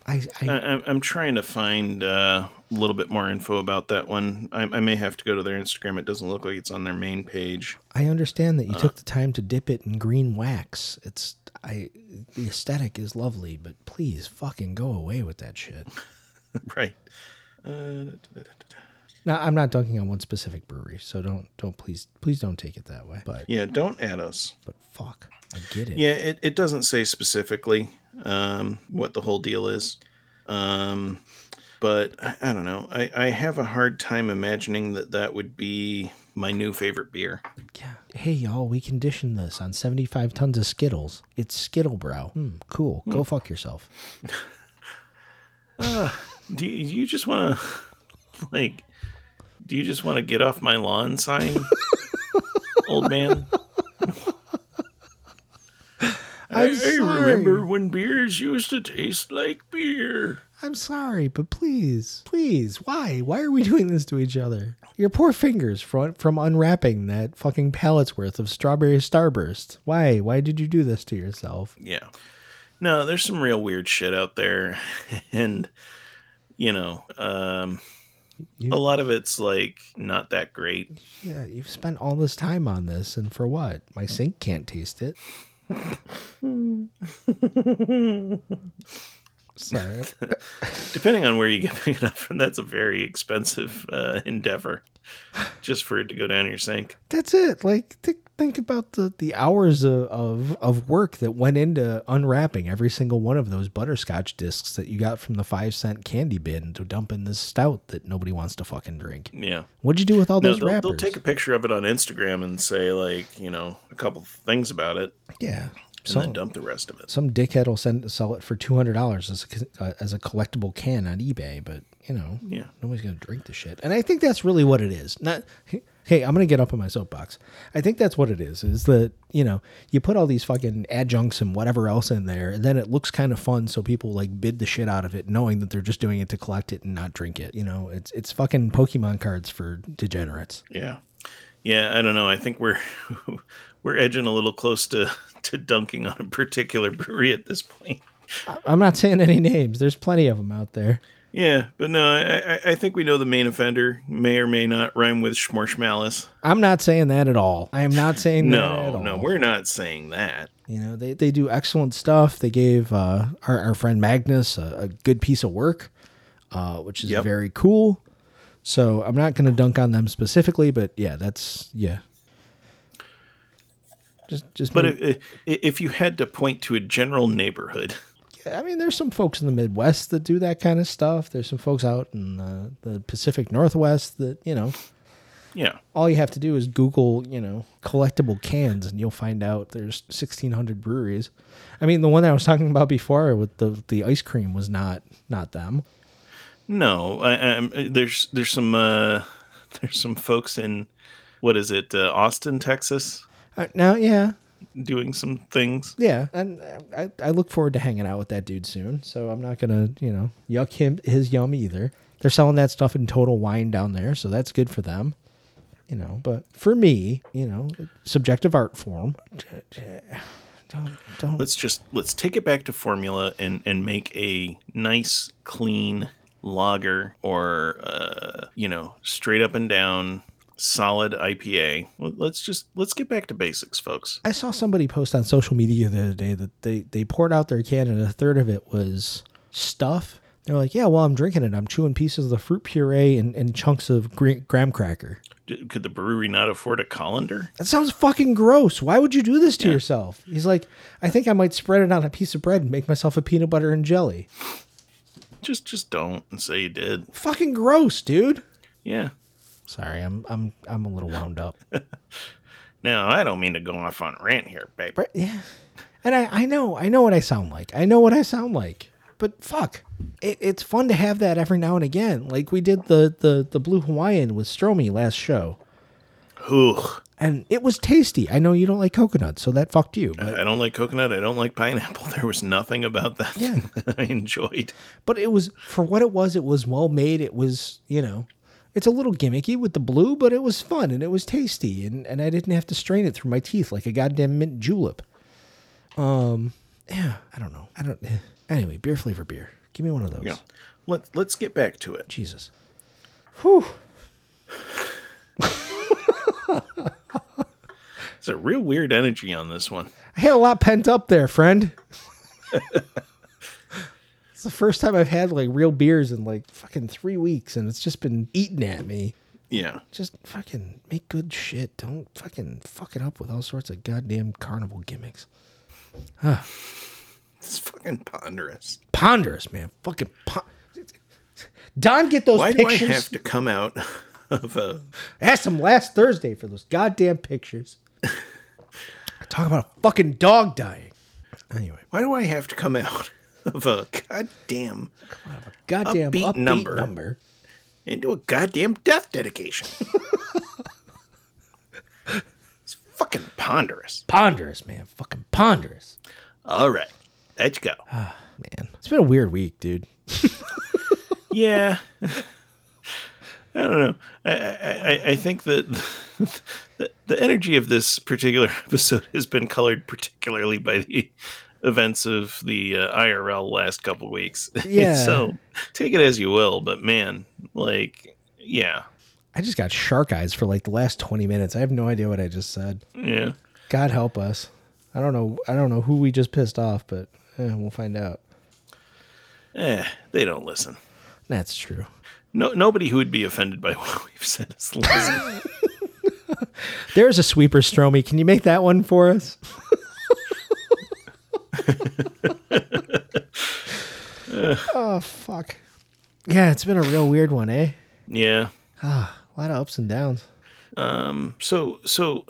C: I, I
B: I, I'm- I'm trying to find uh, a little bit more info about that one. I, I may have to go to their Instagram. It doesn't look like it's on their main page.
C: I understand that you
B: uh.
C: took the time to dip it in green wax. It's I the aesthetic is lovely, but please fucking go away with that shit.
B: Right.
C: Now I'm not dunking on one specific brewery, so don't don't please please don't take it that way. But
B: Yeah, don't add us.
C: but fuck, I get it.
B: Yeah, it, it doesn't say specifically um, what the whole deal is. Um, but I, I don't know. I, I have a hard time imagining that that would be my new favorite beer.
C: Yeah. Hey y'all, we conditioned this on 75 tons of Skittles. It's Skittlebrow. Hmm, cool. Go fuck yourself.
B: Do you, you just want to like Do you just want to get off my lawn sign, old man? I, I
C: sorry.
B: remember when beers used to taste like beer.
C: I'm sorry, but please, please, why? Why are we doing this to each other? Your poor fingers from, from unwrapping that fucking pallet's worth of strawberry starburst. Why? Why did you do this to yourself?
B: Yeah. No, there's some real weird shit out there. and, you know, um,
C: You-
B: a lot of it's like not that great.
C: Yeah, you've spent all this time on this, and for what? My sink can't taste it. sorry.
B: Depending on where you get it up from, that's a very expensive uh, endeavor just for it to go down your sink.
C: That's it. Like, th- think about the, the hours of, of, of work that went into unwrapping every single one of those butterscotch discs that you got from the five cent candy bin to dump in this stout that nobody wants to fucking drink.
B: Yeah.
C: What'd you do with all
B: No,
C: those
B: they'll,
C: wrappers?
B: they'll take a picture of it on Instagram and say, like, you know, a couple things about it
C: yeah.
B: and
C: Some,
B: then dump the rest of it.
C: some dickhead will send sell it for two hundred dollars as a, co- uh, as a collectible can on eBay, but you know,
B: Yeah.
C: nobody's gonna drink the shit. And I think that's really what it is. Not hey, I'm gonna get up on my soapbox. I think that's what it is. Is that you know you put all these fucking adjuncts and whatever else in there, and then it looks kind of fun, so people like bid the shit out of it, knowing that they're just doing it to collect it and not drink it. You know, it's it's fucking Pokemon cards for degenerates.
B: Yeah. Yeah, I don't know. I think we're we're edging a little close to to dunking on a particular brewery at this point.
C: I- I'm not saying any names. There's plenty of them out there.
B: Yeah, but no, I, I- I think we know the main offender may or may not rhyme with Schmorsch Malice.
C: I'm not saying that at all. I am not saying that at
B: No,
C: all.
B: no, we're not saying that.
C: You know, they, they do excellent stuff. They gave uh, our, our friend Magnus a, a good piece of work, uh, which is
B: Yep.
C: very cool. So I'm not going to dunk on them specifically, but yeah, that's yeah. Just, just,
B: But
C: but
B: if, if if you had to point to a general neighborhood,
C: I mean, there's some folks in the Midwest that do that kind of stuff. There's some folks out in the, the Pacific Northwest that you know.
B: yeah,
C: All you have to do is Google, you know, collectible cans, and you'll find out there's 1,600 breweries. I mean, the one I was talking about before with the the ice cream was not not them.
B: no, I, I'm, there's there's some uh, there's some folks in what is it, uh, Austin, Texas,
C: Uh, now, yeah,
B: doing some things.
C: yeah, and uh, I, I look forward to hanging out with that dude soon. So I'm not gonna, you know, yuck him his yum either. They're selling that stuff in Total Wine down there, so that's good for them. You know, but for me, you know, subjective art form. Don't don't
B: let's just let's take it back to formula and and make a nice clean lager or uh you know straight up and down solid ipa Well, let's just let's get back to basics folks
C: I saw somebody post on social media the other day that they, they poured out their can and a third of it was stuff. They're like, yeah, well, I'm drinking it. I'm chewing pieces of the fruit puree and, and chunks of gre- graham cracker.
B: D- could the brewery not afford a colander
C: That sounds fucking gross. Why would you do this to yourself? He's like, I think I might spread it on a piece of bread and make myself a peanut butter and jelly.
B: just just don't and say you did
C: Fucking gross, dude.
B: yeah
C: Sorry, I'm I'm I'm a little wound up.
B: now i don't mean to go off on a rant here babe
C: Right, yeah. And I, I know, I know what I sound like. I know what I sound like. But fuck, it, it's fun to have that every now and again. Like we did the the the Blue Hawaiian with Stromy last show,
B: Ooh,
C: Uh, and it was tasty. I know you don't like coconut, so that fucked you. But,
B: i don't like coconut i don't like pineapple there was nothing about that
C: Yeah.
B: that i enjoyed
C: but it was for what it was. It was well made. It was you know, it's a little gimmicky with the blue, but it was fun and it was tasty, and and I didn't have to strain it through my teeth like a goddamn mint julep. Um, yeah, I don't know. I don't. eh. Anyway, beer flavor beer. Give me one of those.
B: yeah let's let's get back to it
C: Jesus. Whew.
B: it's a real weird energy on this one
C: I had a lot pent up there, friend. it's the first time I've had like real beers in like fucking three weeks and it's just been eating at me.
B: yeah
C: Just fucking make good shit. Don't fucking fuck it up with all sorts of goddamn carnival gimmicks.
B: It's fucking ponderous.
C: Ponderous, man. Fucking pon- Don, get those
B: Why
C: pictures.
B: do I have to come out of a?
C: Asked him last Thursday for those goddamn pictures. Talk about a fucking dog dying. Anyway,
B: Why do I have to come out of a goddamn
C: goddamn
B: Upbeat
C: upbeat,
B: number.
C: number.
B: into a goddamn death dedication. it's fucking ponderous.
C: Ponderous, man. Fucking ponderous.
B: All right, let's go.
C: Man. It's been a weird week, dude.
B: Yeah. I don't know. I, I, I- I think that the, the energy of this particular episode has been colored particularly by the events of the uh, IRL last couple weeks.
C: Yeah.
B: so take it as you will, but man, like, yeah,
C: I just got shark eyes for like the last 20 minutes. I have no idea what I just said.
B: yeah.
C: God help us. I don't know. I don't know who we just pissed off, but eh, we'll find out.
B: Eh, they don't listen.
C: That's true.
B: No, nobody who would be offended by what we've said is listening.
C: There's a sweeper, Stromy. Can you make that one for us? oh fuck. Yeah, it's been a real weird one, eh?
B: yeah.
C: A lot of ups and downs.
B: So, so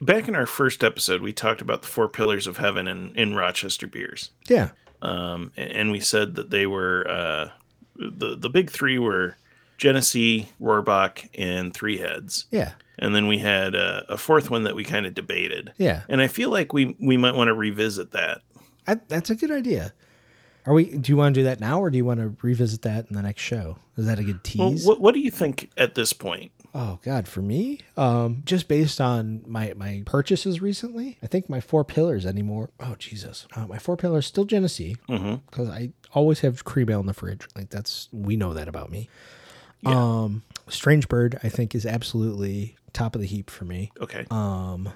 B: back in our first episode, we talked about the four pillars of heaven in, in Rochester beers.
C: Yeah.
B: um, a- and we said that they were uh, the the big three were Genesee, Rohrbach, and Three Heads,
C: Yeah.
B: and then we had a, a fourth one that we kind of debated.
C: Yeah.
B: and I feel like we we might want to revisit that.
C: I, that's a good idea. Are we do you want to do that now or do you want to revisit that in the next show? Is that a good
B: Well,
C: tease?
B: what what do you think at this point?
C: Oh God, for me, um, just based on my my purchases recently, I think my four pillars anymore. Oh Jesus, uh, my four pillars still Genesee because
B: Mm-hmm.
C: I always have cream ale in the fridge. Like that's we know that about me. Um, Strange Bird, I think, is absolutely top of the heap for me.
B: Okay,
C: Um,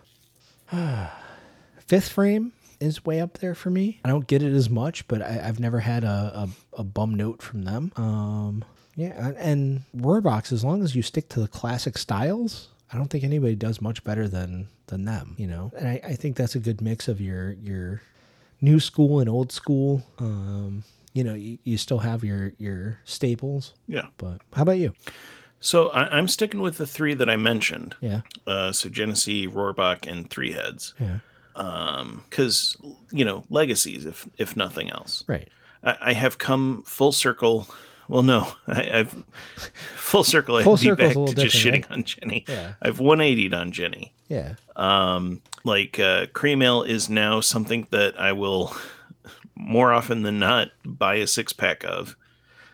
C: Fifth Frame is way up there for me. I don't get it as much, but I, I've never had a, a a bum note from them. Um, yeah, and, and Roarbox, as long as you stick to the classic styles, I don't think anybody does much better than than them. You know, and I, I think that's a good mix of your your new school and old school. Um, you know, you, you still have your your staples.
B: yeah.
C: But how about you?
B: So I, I'm sticking with the three that I mentioned.
C: Yeah,
B: Uh, so Genesee, Rohrbach, and Three Heads,
C: yeah,
B: because you know legacies, if if nothing else.
C: right.
B: I, I have come full circle. Well, no, I, I've full circle. I'd
C: Full
B: be
C: circle's
B: back
C: a little
B: to just
C: different,
B: shitting on Jenny.
C: Yeah.
B: I've 180'd on Jenny.
C: Yeah,
B: Um, like uh, cream ale is now something that I will more often than not buy a six pack of.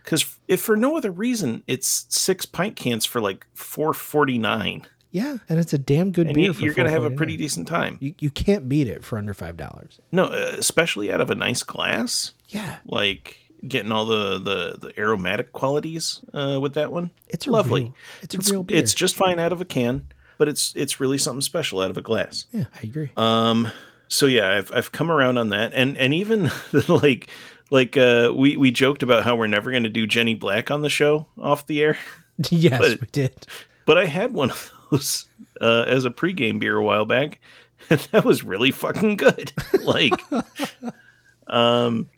B: Because if for no other reason, it's six pint cans for like four forty nine,
C: yeah, and it's a damn good
B: and
C: beer.
B: you,
C: for
B: you're gonna have a
C: $4.49.
B: pretty decent time.
C: You, you can't beat it for under five dollars.
B: No, uh, especially out of a nice glass.
C: Yeah,
B: like getting all the the, the aromatic qualities uh, with that one.
C: It's a
B: lovely.
C: real- it's a real beer.
B: It's just fine out of a can, but it's it's really something special out of a glass.
C: yeah, I agree.
B: Um, so yeah, I've I've come around on that, and and even like like uh, we we joked about how we're never going to do Jenny Black on the show off the air,
C: yes,
B: but-
C: we did.
B: but I had one of those uh, as a pregame beer a while back, and that was really fucking good. like, um,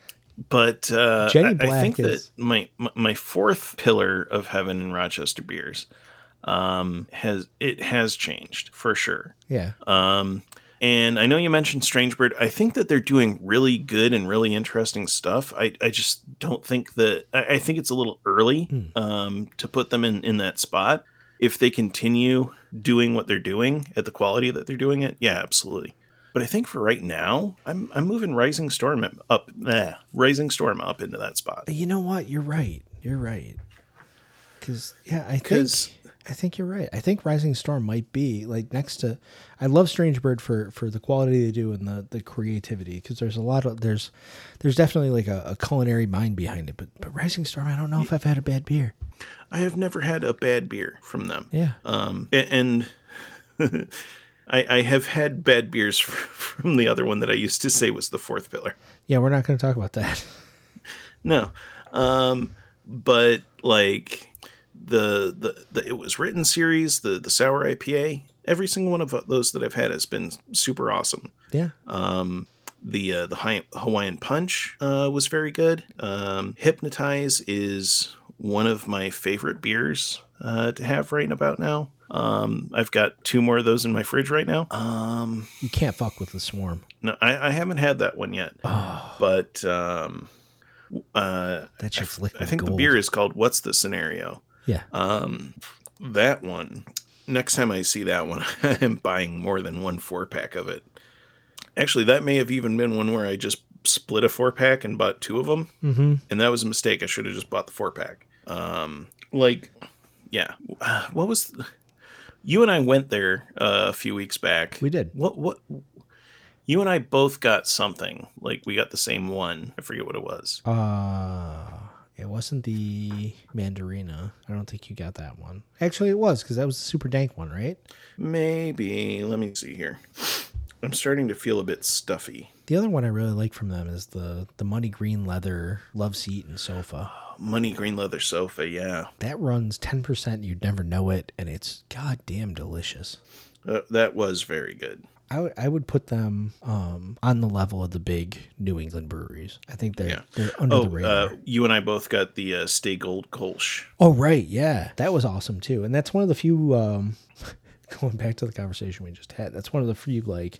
B: but uh,
C: Jenny
B: I- I
C: Black
B: think
C: is-
B: that my my- my fourth pillar of heaven in Rochester beers um has it has changed for sure
C: Yeah,
B: um and i know you mentioned strange bird i think that they're doing really good and really interesting stuff i i just don't think that i, I think it's a little early um to put them in in that spot if they continue doing what they're doing at the quality that they're doing it yeah absolutely but i think for right now i'm i'm moving rising storm up eh, rising storm up into that spot
C: But you know what? You're right. You're right. Because yeah, I think
B: 'Cause-
C: I think you're right. I think Rising Storm might be like next to. I love Strange Bird for for the quality they do and the the creativity. Because there's a lot of there's there's definitely like a, a culinary mind behind it. But but Rising Storm, I don't know if I've had a bad beer.
B: I have never had a bad beer from them.
C: Yeah.
B: Um, a- and I, I have had bad beers f- from the other one that I used to say was the fourth pillar.
C: Yeah, we're not going to talk about that.
B: No. Um, but like the, the the it was written series, the the sour IPA, every single one of uh, those that I've had has been super awesome.
C: Yeah,
B: The uh, the Hi- Hawaiian Punch uh, was very good. Um, Hypnotize is one of my favorite beers uh, to have right about now. Um, I've got two more of those in my fridge right now. Um,
C: you can't fuck with the swarm. Oh,
B: no, I, I haven't had that one yet, but um, uh,
C: That shit's liquid
B: I think
C: gold.
B: the beer is called "What's the Scenario,"
C: Yeah.
B: Um, that one. Next time I see that one, I'm buying more than one four pack of it. Actually, that may have even been one where I just split a four pack and bought two of them,
C: Mm-hmm.
B: and that was a mistake. I should have just bought the four pack. Um, like, yeah. Uh, What was? You and I went there uh, a few weeks back.
C: We did.
B: What? What? You and I both got something. Like we got the same one. I forget what it was.
C: Uh it wasn't the Mandarina. I don't think you got that one. Actually, it was because that was the super dank one, right?
B: Maybe. Let me see here. I'm starting to feel a bit stuffy.
C: The other one I really like from them is the the muddy green leather love seat and sofa.
B: Money green leather sofa. Yeah,
C: That runs ten percent. You'd never know it, and it's goddamn delicious.
B: Uh, that was very good.
C: I would- I would put them um, on the level of the big New England breweries. I think they're
B: Yeah.
C: they're under the
B: Oh,
C: radar.
B: uh, you and I both got the uh, Stay Gold Kolsch.
C: Oh right, yeah, that was awesome too, and that's one of the few. Um, going back to the conversation we just had, that's one of the few like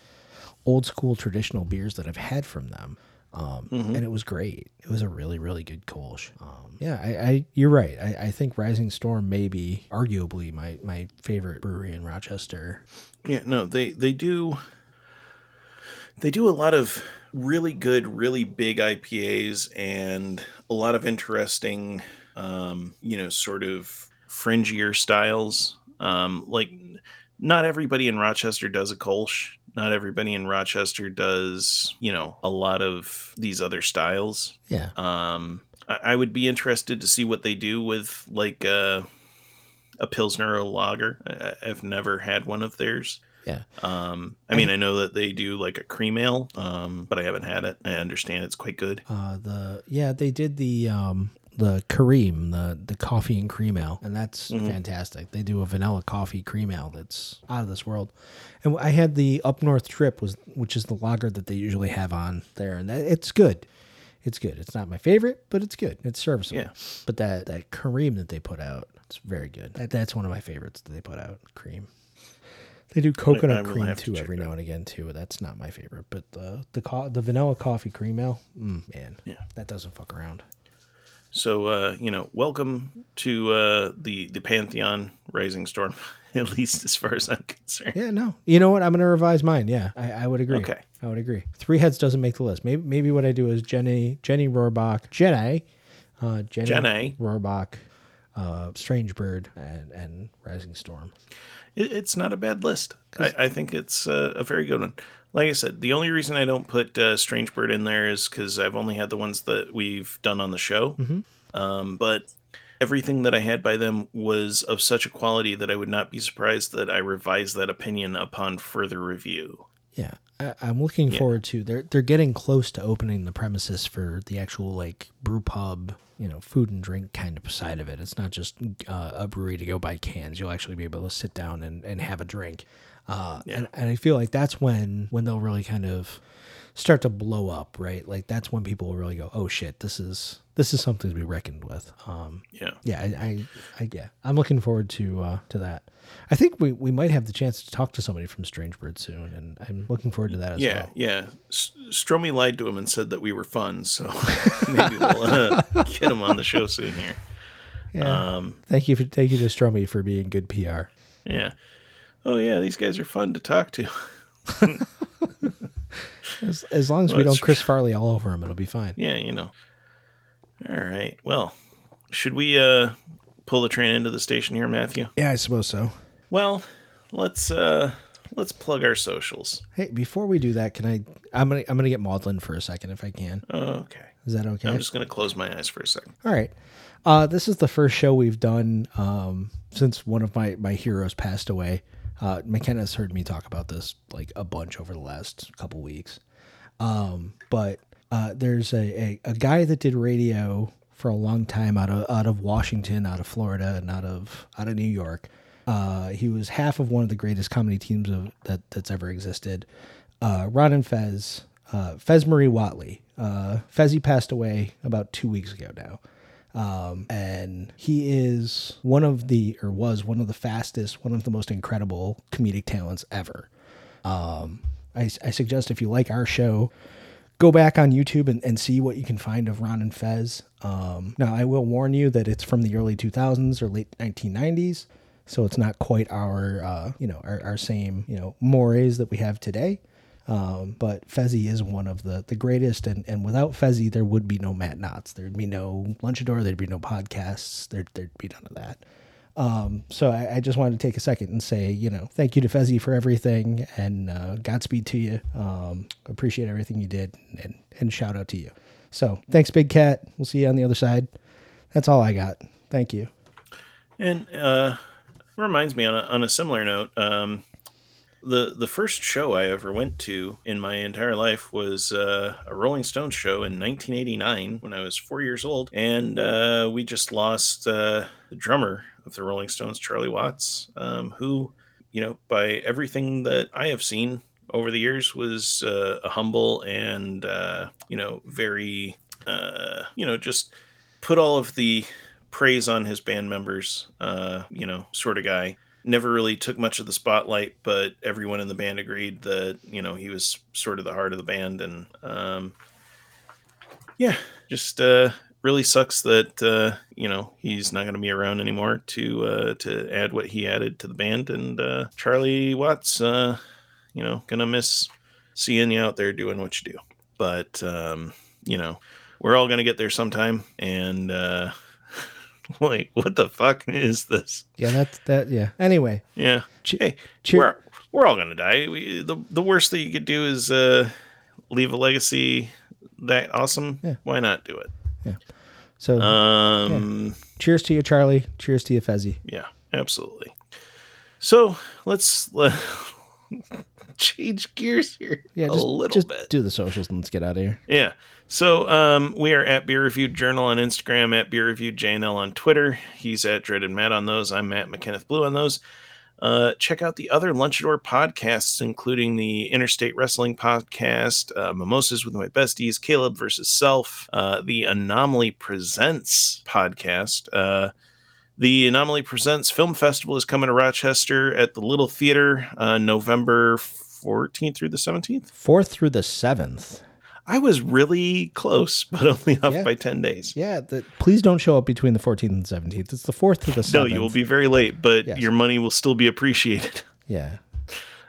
C: old school traditional beers that I've had from them, um, and it was great. It was a really really good Kolsch. Um, yeah, I, I you're right. I, I think Rising Storm may be arguably my my favorite brewery in Rochester.
B: Yeah, no, they they do. They do a lot of really good, really big IPAs and a lot of interesting, um, you know, sort of fringier styles. Um, like, not everybody in Rochester does a Kolsch. Not everybody in Rochester does, you know, a lot of these other styles.
C: Yeah,
B: Um, I, I would be interested to see what they do with like uh, a Pilsner or a lager. I- I, I've never had one of theirs.
C: Yeah.
B: Um, I mean, I know that they do like a cream ale, um, but I haven't had it. I understand it's quite good.
C: uh, the yeah they did the. Um, the Kareem, the the coffee and cream ale, and that's
B: Mhm.
C: fantastic. They do a vanilla coffee cream ale that's out of this world. And I had the up north trip was which is the lager that they usually have on there, and that, it's good. It's good. It's not my favorite, but it's good. It's serviceable.
B: Yeah.
C: But that that Kareem that they put out, it's very good. That, that's one of my favorites that they put out. Cream. They do
B: I
C: coconut
B: will
C: cream
B: have to
C: too
B: check
C: every now and again too. That's not my favorite, but the the co- the vanilla coffee cream ale, mm, man,
B: Yeah.
C: that doesn't fuck around.
B: So, uh, you know, welcome to uh, the the Pantheon Rising Storm, at least as far as I'm concerned.
C: Yeah, no. You know what? I'm gonna revise mine. Yeah, I, I would agree.
B: Okay.
C: I would agree. Three heads doesn't make the list. Maybe maybe what I do is Jenny Jenny Rohrbach, Jenny, uh, Jenny,
B: Jenny.
C: Rohrbach, uh, Strange Bird, and and Rising Storm.
B: it, it's not a bad list. I, I think it's a, a very good one. Like I said, the only reason I don't put uh, Strange Bird in there is because I've only had the ones that we've done on the show.
C: Mm-hmm.
B: Um, but everything that I had by them was of such a quality that I would not be surprised that I revised that opinion upon further review.
C: Yeah, I, I'm looking forward to. They're they're getting close to opening the premises for the actual like brew pub, you know, food and drink kind of side of it. It's not just uh, a brewery to go buy cans. You'll actually be able to sit down and, and have a drink. Uh, and, and I feel like that's when when they'll really kind of start to blow up, right? Like that's when people will really go, oh shit, this is this is something to be reckoned with. Um,
B: Yeah.
C: yeah, I, I, I yeah, I'm looking forward to uh, to that. I think we, we might have the chance to talk to somebody from Strange Bird soon, and I'm looking forward to that as
B: Yeah,
C: well.
B: yeah. S- Stromy lied to him and said that we were fun, so maybe we'll uh, get him on the show soon here.
C: Yeah.
B: Um,
C: thank you for thank you to Stromy for being good PR.
B: yeah. Oh yeah, these guys are fun to talk to.
C: As, as long as we
B: Well,
C: don't
B: it's-
C: Chris Farley all over him, it'll be fine.
B: yeah, you know. All right. Well, should we uh pull the train into the station here, Matthew?
C: Yeah, I suppose so.
B: Well, let's uh let's plug our socials.
C: Hey, before we do that, can I? I'm gonna I'm gonna get maudlin for a second if I can.
B: Okay.
C: Is that okay?
B: I'm just going to close my eyes for a second.
C: All right. Uh, this is the first show we've done um, since one of my, my heroes passed away. Uh, McKenna's heard me talk about this like a bunch over the last couple weeks. Um, but uh, there's a, a, a guy that did radio for a long time out of out of Washington, out of Florida, and out of out of New York. Uh, he was half of one of the greatest comedy teams of, that that's ever existed. Uh, Ron and Fez, uh, Fez Marie Watley. Uh, Fezzy passed away about two weeks ago now. Um, and he is one of the, or was one of the fastest, one of the most incredible comedic talents ever. Um, I, I suggest if you like our show, go back on YouTube and, and see what you can find of Ron and Fez. Um, now, I will warn you that it's from the early 2000s or late 1990s. So it's not quite our, uh, you know, our, our same, you know, mores that we have today. Um, but Fezzi is one of the the greatest, and, and without Fezzi, there would be no Matt Knotts, there'd be no Lunchador, there'd be no podcasts, there'd there'd be none of that. Um, so I, I just wanted to take a second and say, you know, thank you to Fezzi for everything, and uh, Godspeed to you. Um, appreciate everything you did, and and shout out to you. So thanks, Big Cat. We'll see you on the other side. That's all I got. Thank you.
B: And uh, reminds me on a, on a similar note, um, the the first show I ever went to in my entire life was uh, a Rolling Stones show in 1989 when I was four years old, and uh, we just lost uh, the drummer of the Rolling Stones, Charlie Watts, um, who, you know, by everything that I have seen over the years, was uh, a humble and uh, you know very uh, you know just put all of the praise on his band members, uh, you know, sort of guy. Never really took much of the spotlight, but everyone in the band agreed that, you know, he was sort of the heart of the band. And um, yeah, just uh, really sucks that, uh, you know, he's not going to be around anymore to uh, to add what he added to the band. And uh, Charlie Watts, uh, you know, going to miss seeing you out there doing what you do. But, um, you know, we're all going to get there sometime. And, uh, like what the fuck is this
C: Yeah, that's that. Yeah. Anyway,
B: yeah
C: Che-
B: hey
C: cheer-
B: we're, we're all gonna die we, the, the worst that you could do is uh leave a legacy that awesome
C: Yeah.
B: why not do it
C: so
B: um
C: cheers to you, Charlie. Cheers to you, Fezzi.
B: yeah, absolutely so let's let, change gears here
C: Yeah,
B: a
C: just,
B: little
C: just
B: bit
C: do the socials and let's get out of here.
B: Yeah. So um, we are at Beer Reviewed Journal on Instagram, at Beer Reviewed JNL on Twitter. He's at Dreaded Matt on those. I'm Matt McKenneth Blue on those. Uh, check out the other Lunchador podcasts, including the Interstate Wrestling Podcast, uh, Mimosas with My Besties, Caleb versus Self, uh, the Anomaly Presents podcast. Uh, the Anomaly Presents Film Festival is coming to Rochester at the Little Theater uh, November 14th through the 17th.
C: Fourth through the seventh.
B: I was really close, but only off
C: Yeah.
B: by 10 days.
C: Yeah. The, please don't show up between the 14th and 17th. It's the fourth through the
B: No,
C: seventh.
B: you will be very late, but
C: Yes.
B: your money will still be appreciated.
C: Yeah.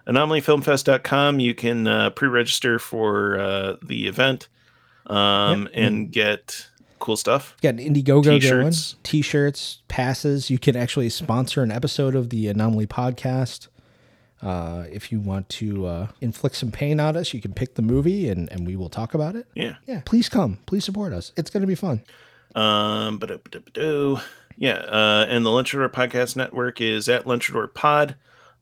B: AnomalyFilmFest.com. You can uh, pre register for uh, the event um, and get cool stuff.
C: Got an Indiegogo going.
B: T-shirts.
C: T-shirts, passes. You can actually sponsor an episode of the Anomaly Podcast. Uh, if you want to uh, inflict some pain on us, you can pick the movie and, and we will talk about it.
B: Yeah.
C: Yeah, please come. Please support us. It's going to be fun.
B: Um, but yeah, uh, and the Lunchador Podcast Network is at Lunchador Pod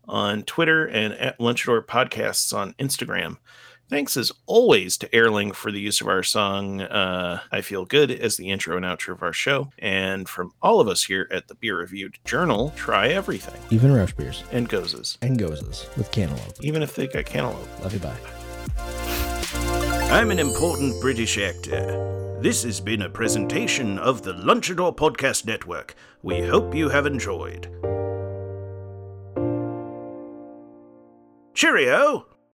B: on Twitter and at Lunchador Podcasts on Instagram. Thanks as always to Airling for the use of our song uh, I Feel Good as the intro and outro of our show. And from all of us here at the Beer Reviewed Journal, try everything
C: Even Rush Beers
B: and gozes,
C: and Gozes with Cantaloupe.
B: even if they got cantaloupe.
C: Love you, bye.
B: I'm an important British actor. This has been a presentation of the Lunchador Podcast Network. We hope you have enjoyed. Cheerio!